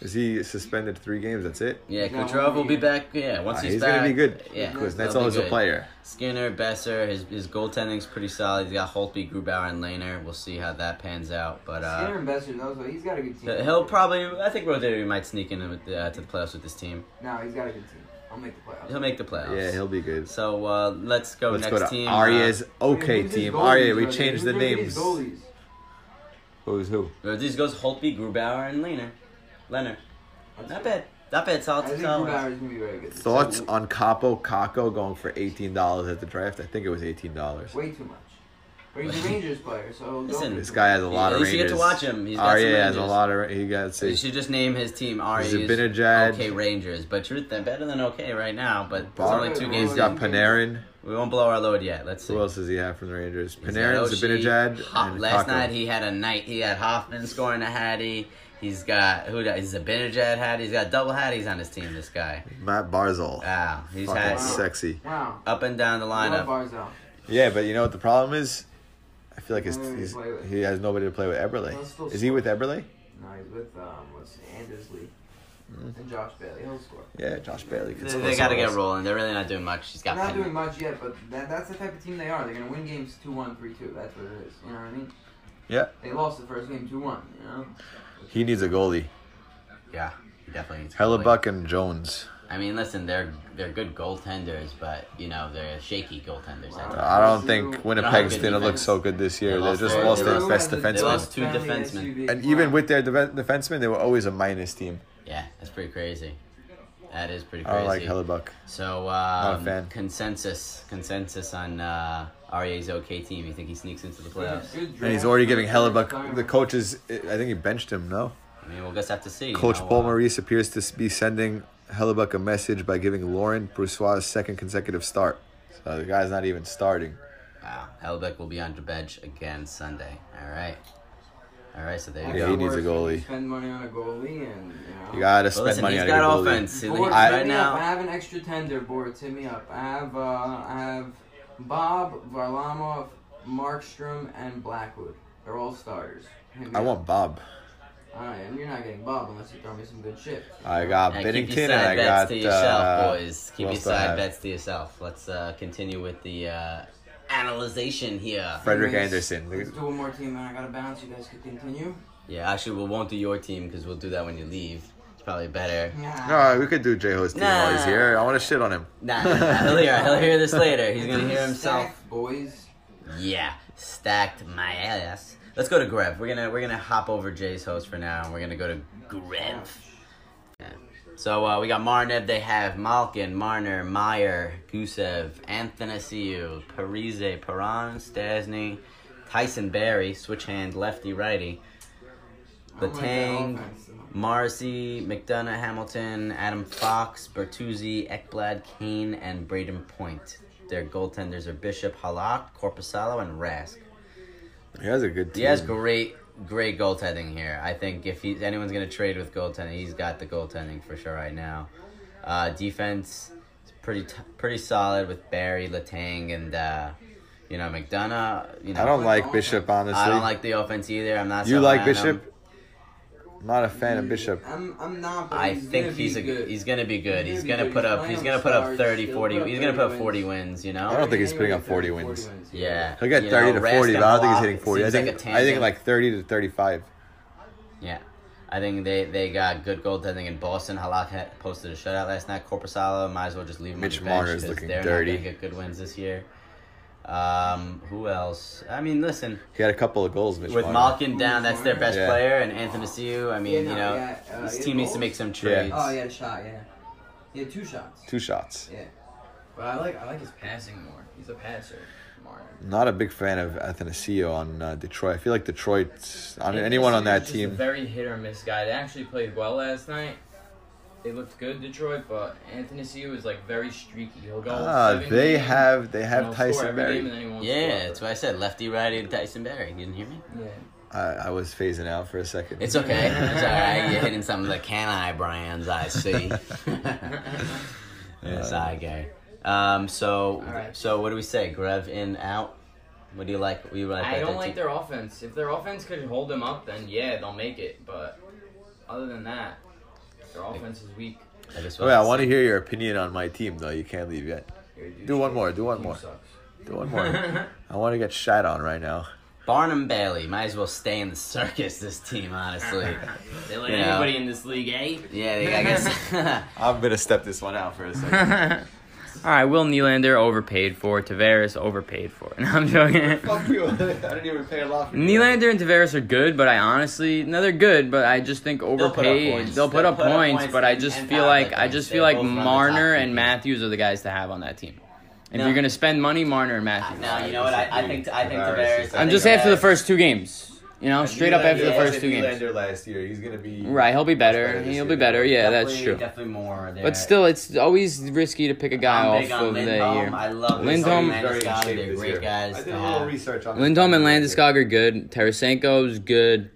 Speaker 1: Is he suspended three games? That's it.
Speaker 4: Yeah,
Speaker 9: No,
Speaker 4: Kucherov will be
Speaker 9: he-
Speaker 4: back. Yeah, once
Speaker 1: Ah,
Speaker 4: he's,
Speaker 1: he's
Speaker 4: back,
Speaker 1: gonna be good.
Speaker 4: Yeah,
Speaker 1: because
Speaker 4: he'll
Speaker 1: that's
Speaker 4: be
Speaker 1: all as a
Speaker 4: good.
Speaker 1: player.
Speaker 4: Skinner, Besser, his his goaltending's pretty solid. He's got Holtby, Grubauer, and Laner. We'll see how that pans out, but
Speaker 9: Skinner
Speaker 4: uh,
Speaker 9: and Besser, those, he's got a good team.
Speaker 4: th- he'll probably. I think Rodrigo might sneak in with the, uh, to the playoffs with this team.
Speaker 9: No, he's got a good team. I'll make the playoffs.
Speaker 4: He'll make the playoffs.
Speaker 1: Yeah, he'll be good.
Speaker 4: So uh, let's go
Speaker 1: Let's
Speaker 4: next
Speaker 1: go to
Speaker 4: team. uh,
Speaker 1: Arya's
Speaker 9: Wait,
Speaker 1: okay
Speaker 9: who's his
Speaker 1: team.
Speaker 9: goalies,
Speaker 1: Arya, we
Speaker 9: Rodditti?
Speaker 1: changed
Speaker 9: Who's
Speaker 1: the names.
Speaker 9: Roditti's goalies?
Speaker 1: Who's who?
Speaker 4: Uh, Rodriguez goes Holtby, Grubauer, and Laner. Leonard. Not bad. Not bad.
Speaker 9: I
Speaker 4: Solid.
Speaker 9: think
Speaker 4: solid.
Speaker 9: Grubauer is going to be very good.
Speaker 1: Thoughts on Capo Caco going for eighteen dollars at the draft? I think it was eighteen dollars.
Speaker 9: Way too much. But he's a Rangers player, so
Speaker 4: Listen,
Speaker 1: This guy has a lot
Speaker 4: At
Speaker 1: of
Speaker 4: least you get to
Speaker 1: Rangers.
Speaker 4: watch him. He's got some
Speaker 1: Arya has a
Speaker 4: Rangers.
Speaker 1: lot of. He got.
Speaker 4: You
Speaker 1: See,
Speaker 4: should just name his team Arya's
Speaker 1: Zabinajad.
Speaker 4: OK Rangers, but you're th- better than OK right now. But it's
Speaker 1: Bar-
Speaker 4: only two
Speaker 9: He's
Speaker 4: games.
Speaker 1: he's got
Speaker 4: in.
Speaker 1: Panarin.
Speaker 4: We won't blow our load yet. Let's see.
Speaker 1: Who else does he have from the Rangers?
Speaker 4: He's
Speaker 1: Panarin,
Speaker 4: got Oshie,
Speaker 1: Zabinajad,
Speaker 4: Ho-
Speaker 1: and
Speaker 4: Last
Speaker 1: Kako.
Speaker 4: night he had a night. He had Hoffman scoring a hattie. He's got who? da- He's Zabinajad hattie. He's got double hatties on his team. This guy.
Speaker 1: Matt Barzal.
Speaker 4: Wow. Uh, Ah, He's
Speaker 1: Fucking
Speaker 4: had
Speaker 1: sexy.
Speaker 9: Wow.
Speaker 4: up and down the
Speaker 9: Love
Speaker 4: lineup.
Speaker 9: Barzal.
Speaker 1: Yeah, but you know what the problem is? I feel like his,
Speaker 9: Nobody to
Speaker 1: he's,
Speaker 9: play with.
Speaker 1: he has nobody to play with
Speaker 9: Well, it's still
Speaker 1: Eberle. Is he with Eberle?
Speaker 9: No, he's with, um, what's Andersley
Speaker 1: Mm-hmm.
Speaker 9: and Josh Bailey. He'll score.
Speaker 1: Yeah, Josh Bailey.
Speaker 4: They,
Speaker 1: gets
Speaker 4: they
Speaker 1: close
Speaker 4: got to get
Speaker 1: always.
Speaker 4: rolling. They're really not doing much. He's got.
Speaker 9: They're not
Speaker 4: Pen-
Speaker 9: doing much yet, but that, that's the type of team they are. They're going to win games 2 1, 3 2. That's what it is. You know what I mean?
Speaker 1: Yeah.
Speaker 9: They lost the first game 2 1, you know?
Speaker 1: He needs a goalie.
Speaker 4: yeah. he Definitely. needs to play.
Speaker 1: Hellebuck and Jones.
Speaker 4: I mean, listen, they're they're good goaltenders, but you know they're shaky goaltenders.
Speaker 9: Wow.
Speaker 4: That's-
Speaker 1: I don't
Speaker 9: They
Speaker 1: think
Speaker 9: lost
Speaker 1: Winnipeg's
Speaker 4: good
Speaker 1: gonna look
Speaker 4: defense.
Speaker 1: so good this year.
Speaker 4: They
Speaker 1: They
Speaker 4: lost
Speaker 1: just
Speaker 4: their-
Speaker 1: lost
Speaker 4: they
Speaker 1: their
Speaker 4: lost-
Speaker 1: best
Speaker 4: they
Speaker 1: defenseman.
Speaker 4: lost two
Speaker 9: Family
Speaker 4: defensemen.
Speaker 9: SUV.
Speaker 1: And
Speaker 9: Wow.
Speaker 1: even with their defen- defensemen, they were always a minus team.
Speaker 4: Yeah, that's pretty crazy. That is pretty
Speaker 1: I
Speaker 4: crazy.
Speaker 1: don't like Hellebuck.
Speaker 4: So uh
Speaker 1: a fan.
Speaker 4: consensus consensus on uh Arya's OK team. You think he sneaks into the playoffs?
Speaker 9: Good
Speaker 1: And he's
Speaker 9: draft.
Speaker 1: already giving
Speaker 9: Good
Speaker 1: Hellebuck
Speaker 9: retirement.
Speaker 1: the coaches. I think he benched him. No,
Speaker 4: I mean, we'll just have to see. you
Speaker 1: Coach
Speaker 4: know,
Speaker 1: Paul
Speaker 4: uh,
Speaker 1: Maurice appears to be sending Hellebuck a message by giving Lauren Brossois his second consecutive start. So the guy's not even starting.
Speaker 4: Wow, uh, Hellebuck will be on the bench again Sunday. All right, all right. So there you
Speaker 9: Actually,
Speaker 1: Yeah,
Speaker 4: go.
Speaker 1: he needs a
Speaker 9: worse,
Speaker 1: goalie.
Speaker 9: Spend money on a goalie and, you know.
Speaker 1: You gotta
Speaker 4: Well,
Speaker 1: spend
Speaker 4: listen,
Speaker 1: money
Speaker 4: he's
Speaker 1: on
Speaker 4: got
Speaker 1: your goalie.
Speaker 4: offense. He-
Speaker 9: Boards, hit
Speaker 4: right
Speaker 9: me up.
Speaker 4: now,
Speaker 9: I have an extra tender. Boards, hit me up. I have uh, I have Bob Varlamov, Markstrom, and Blackwood. They're all starters. Hit me
Speaker 1: I
Speaker 9: up.
Speaker 1: want Bob.
Speaker 9: All right, and you're not getting Bob unless you throw me some good shit.
Speaker 1: I got
Speaker 4: Yeah, keep your
Speaker 1: Bennington and
Speaker 4: side
Speaker 1: I
Speaker 4: bets
Speaker 1: got.
Speaker 4: to yourself,
Speaker 1: uh,
Speaker 4: boys.
Speaker 1: who
Speaker 4: Keep your
Speaker 1: else do I
Speaker 4: side
Speaker 1: have?
Speaker 4: bets to yourself. Let's uh, continue with the uh, analyzation here.
Speaker 1: Frederick
Speaker 9: Anyways,
Speaker 1: Anderson.
Speaker 9: Let's do one more team, and I gotta bounce. You guys could continue.
Speaker 4: Yeah, actually, we won't do your team because we'll do that when you leave. It's probably better.
Speaker 1: No, we could do J Ho's team while he's
Speaker 4: Nah.
Speaker 1: here. I want to shit on him.
Speaker 4: Nah, nah, nah, he'll hear. He'll hear this later. He's gonna hear himself.
Speaker 9: Stack, boys.
Speaker 4: Yeah, stacked my ass. Let's go to Grev. We're gonna we're gonna hop over Jay's host for now, and we're gonna go to Grev. Yeah. So uh, we got Marnev. They have Malkin, Marner, Meyer, Gusev, Anthonisiu, Parise, Perron, Stasny, Tyson Berry, switch hand, lefty, righty,
Speaker 9: I don't like that
Speaker 4: Letang,
Speaker 9: offense.
Speaker 4: Morrissey, McDonough, Hamilton, Adam Fox, Bertuzzi, Ekblad, Kane, and Braden Point. Their goaltenders are Bishop, Halak, Corpusalo, and Rask.
Speaker 1: He has a good team.
Speaker 4: He has great, great goaltending here. I think if he's anyone's gonna trade with goaltending, he's got the goaltending for sure right now. Uh, defense is pretty, t- pretty solid with Barry, Latang, and uh, you know McDonough. You know,
Speaker 1: I don't like Bishop honestly.
Speaker 4: I don't like the offense either. I'm not.
Speaker 1: You
Speaker 4: so
Speaker 1: like
Speaker 4: high on him.
Speaker 1: Bishop? I'm not a fan
Speaker 4: Mm.
Speaker 1: of Bishop.
Speaker 9: I'm, I'm not. But
Speaker 4: I
Speaker 9: he's
Speaker 4: think
Speaker 9: gonna
Speaker 4: he's
Speaker 9: be
Speaker 4: a
Speaker 9: good.
Speaker 4: he's gonna be good.
Speaker 9: He's
Speaker 4: He's gonna
Speaker 9: gonna be
Speaker 4: put
Speaker 9: good.
Speaker 4: up
Speaker 9: He's
Speaker 4: he's
Speaker 9: playing
Speaker 4: gonna put up
Speaker 9: stars.
Speaker 4: 30,
Speaker 9: He'll
Speaker 4: 40.
Speaker 9: put up
Speaker 4: He's gonna put up
Speaker 9: 30
Speaker 4: 40 wins. You
Speaker 1: I don't
Speaker 4: know.
Speaker 1: think he's putting up 40
Speaker 9: Anyway, 40
Speaker 1: wins.
Speaker 4: Yeah.
Speaker 1: He'll get
Speaker 4: You
Speaker 1: 30
Speaker 4: know,
Speaker 1: to
Speaker 4: Rask
Speaker 1: 40,
Speaker 4: and
Speaker 1: but I don't think he's
Speaker 4: Halak
Speaker 1: hitting 40. I
Speaker 4: seems
Speaker 1: think,
Speaker 4: like a
Speaker 1: I think
Speaker 4: tandem.
Speaker 1: like 30 to 35.
Speaker 4: Yeah. I think they, they got good goaltending in Boston. Halak had posted a shutout last night. Corpusala might as well just leave him
Speaker 1: Mitch
Speaker 4: on the bench
Speaker 1: Marner's
Speaker 4: because
Speaker 1: looking
Speaker 4: they're
Speaker 1: dirty.
Speaker 4: not going to get good wins this year. Um, who else? I mean, listen,
Speaker 1: He had a couple of goals, Mitch
Speaker 4: with
Speaker 1: Marner.
Speaker 4: Malkin down, that's their best
Speaker 1: Yeah.
Speaker 4: player, and Anthony Maciu. I mean,
Speaker 10: no,
Speaker 4: you know,
Speaker 10: yeah, uh,
Speaker 4: this
Speaker 10: he had
Speaker 4: team needs to
Speaker 10: goals.
Speaker 4: make some
Speaker 1: Yeah.
Speaker 4: trades.
Speaker 10: Oh, he had a shot. Yeah, he had two shots.
Speaker 1: Two shots.
Speaker 10: Yeah.
Speaker 8: But I like I like his passing more. He's a passer. Marner.
Speaker 1: Not a big fan of Athanasio on uh, Detroit. I feel like Detroit, on
Speaker 8: Anthony
Speaker 1: anyone on
Speaker 8: Simmons
Speaker 1: that
Speaker 8: is just a
Speaker 1: team,
Speaker 8: very hit or miss guy. They actually played well last night. They looked good, Detroit, but Anthony Siu is like very streaky. He'll go.
Speaker 1: ah,
Speaker 8: seven
Speaker 1: they
Speaker 8: games,
Speaker 1: have they
Speaker 8: and
Speaker 1: have
Speaker 8: he'll score
Speaker 1: Tyson
Speaker 8: every game, and
Speaker 1: Berry.
Speaker 8: then he won't
Speaker 4: Yeah,
Speaker 8: score.
Speaker 4: that's what I said. Lefty, righty, and Tyson Berry. You didn't hear me?
Speaker 8: Yeah.
Speaker 1: I, I was phasing out for a second.
Speaker 4: It's okay. It's all right. You're hitting some of the can I brands I see. Yes, I guy. Um, so,
Speaker 8: Alright.
Speaker 4: so what do we say? Grev in out. What do you like? We like.
Speaker 8: I
Speaker 4: that
Speaker 8: don't
Speaker 4: team?
Speaker 8: like their offense. If their offense could hold them up, then yeah, they'll make it. But other than that, their offense is weak.
Speaker 4: I just
Speaker 1: Wait, I
Speaker 4: wanna
Speaker 1: want to hear your opinion on my team though. You can't leave yet.
Speaker 8: Your dude
Speaker 1: Do one
Speaker 8: shit.
Speaker 1: more. Do one
Speaker 8: Team
Speaker 1: more.
Speaker 8: sucks.
Speaker 1: Do one more. I want to get shat on right now.
Speaker 4: say- Barnum Bailey might as well stay in the circus. This team, honestly.
Speaker 8: They let
Speaker 4: You know.
Speaker 8: anybody in this league, eh?
Speaker 4: yeah, they- I guess.
Speaker 1: I'm gonna step this one out for a second.
Speaker 9: All right, Will Nylander overpaid for, Tavares overpaid for. No, I'm joking.
Speaker 1: Fuck you! I didn't even pay a lot. For
Speaker 9: Nylander and Tavares are good, but I honestly, no, they're good, but I just think
Speaker 4: put up
Speaker 9: overpaid.
Speaker 4: points.
Speaker 9: They'll put up points, but I
Speaker 4: and-
Speaker 9: just
Speaker 4: and
Speaker 9: feel
Speaker 4: power
Speaker 9: like
Speaker 4: play
Speaker 9: I
Speaker 4: points.
Speaker 9: just
Speaker 4: They
Speaker 9: feel like
Speaker 4: both run the top
Speaker 9: Marner and
Speaker 4: three.
Speaker 9: Matthews are the guys to have on that team. If
Speaker 4: No.
Speaker 9: you're gonna spend money, Marner and Matthews.
Speaker 4: no, you know what? I, I think I think
Speaker 1: Tavares
Speaker 4: Tavares.
Speaker 1: is-
Speaker 4: I
Speaker 9: I'm
Speaker 4: think
Speaker 9: just after the
Speaker 4: Tavares-
Speaker 9: first two games. You know, straight up after the first two games.
Speaker 1: Nylander last year, he's gonna be
Speaker 9: Right, he'll be
Speaker 1: better
Speaker 9: better.
Speaker 1: this
Speaker 9: He'll
Speaker 1: year.
Speaker 9: be better. Yeah, that's
Speaker 4: definitely-
Speaker 9: true.
Speaker 4: Definitely more. There.
Speaker 9: But still, it's always risky to pick a guy
Speaker 4: I'm
Speaker 9: off
Speaker 4: big
Speaker 9: of
Speaker 4: on
Speaker 9: the
Speaker 4: Lindholm.
Speaker 9: year.
Speaker 4: I love
Speaker 9: Lindholm-
Speaker 4: Lindholm.
Speaker 1: Very in shape
Speaker 4: They're
Speaker 1: this
Speaker 4: great
Speaker 1: year.
Speaker 4: guys.
Speaker 1: I did
Speaker 4: to
Speaker 1: a little
Speaker 4: have.
Speaker 1: research on
Speaker 9: Lindholm and
Speaker 1: this team.
Speaker 9: Landeskog are good. Tarasenko's good.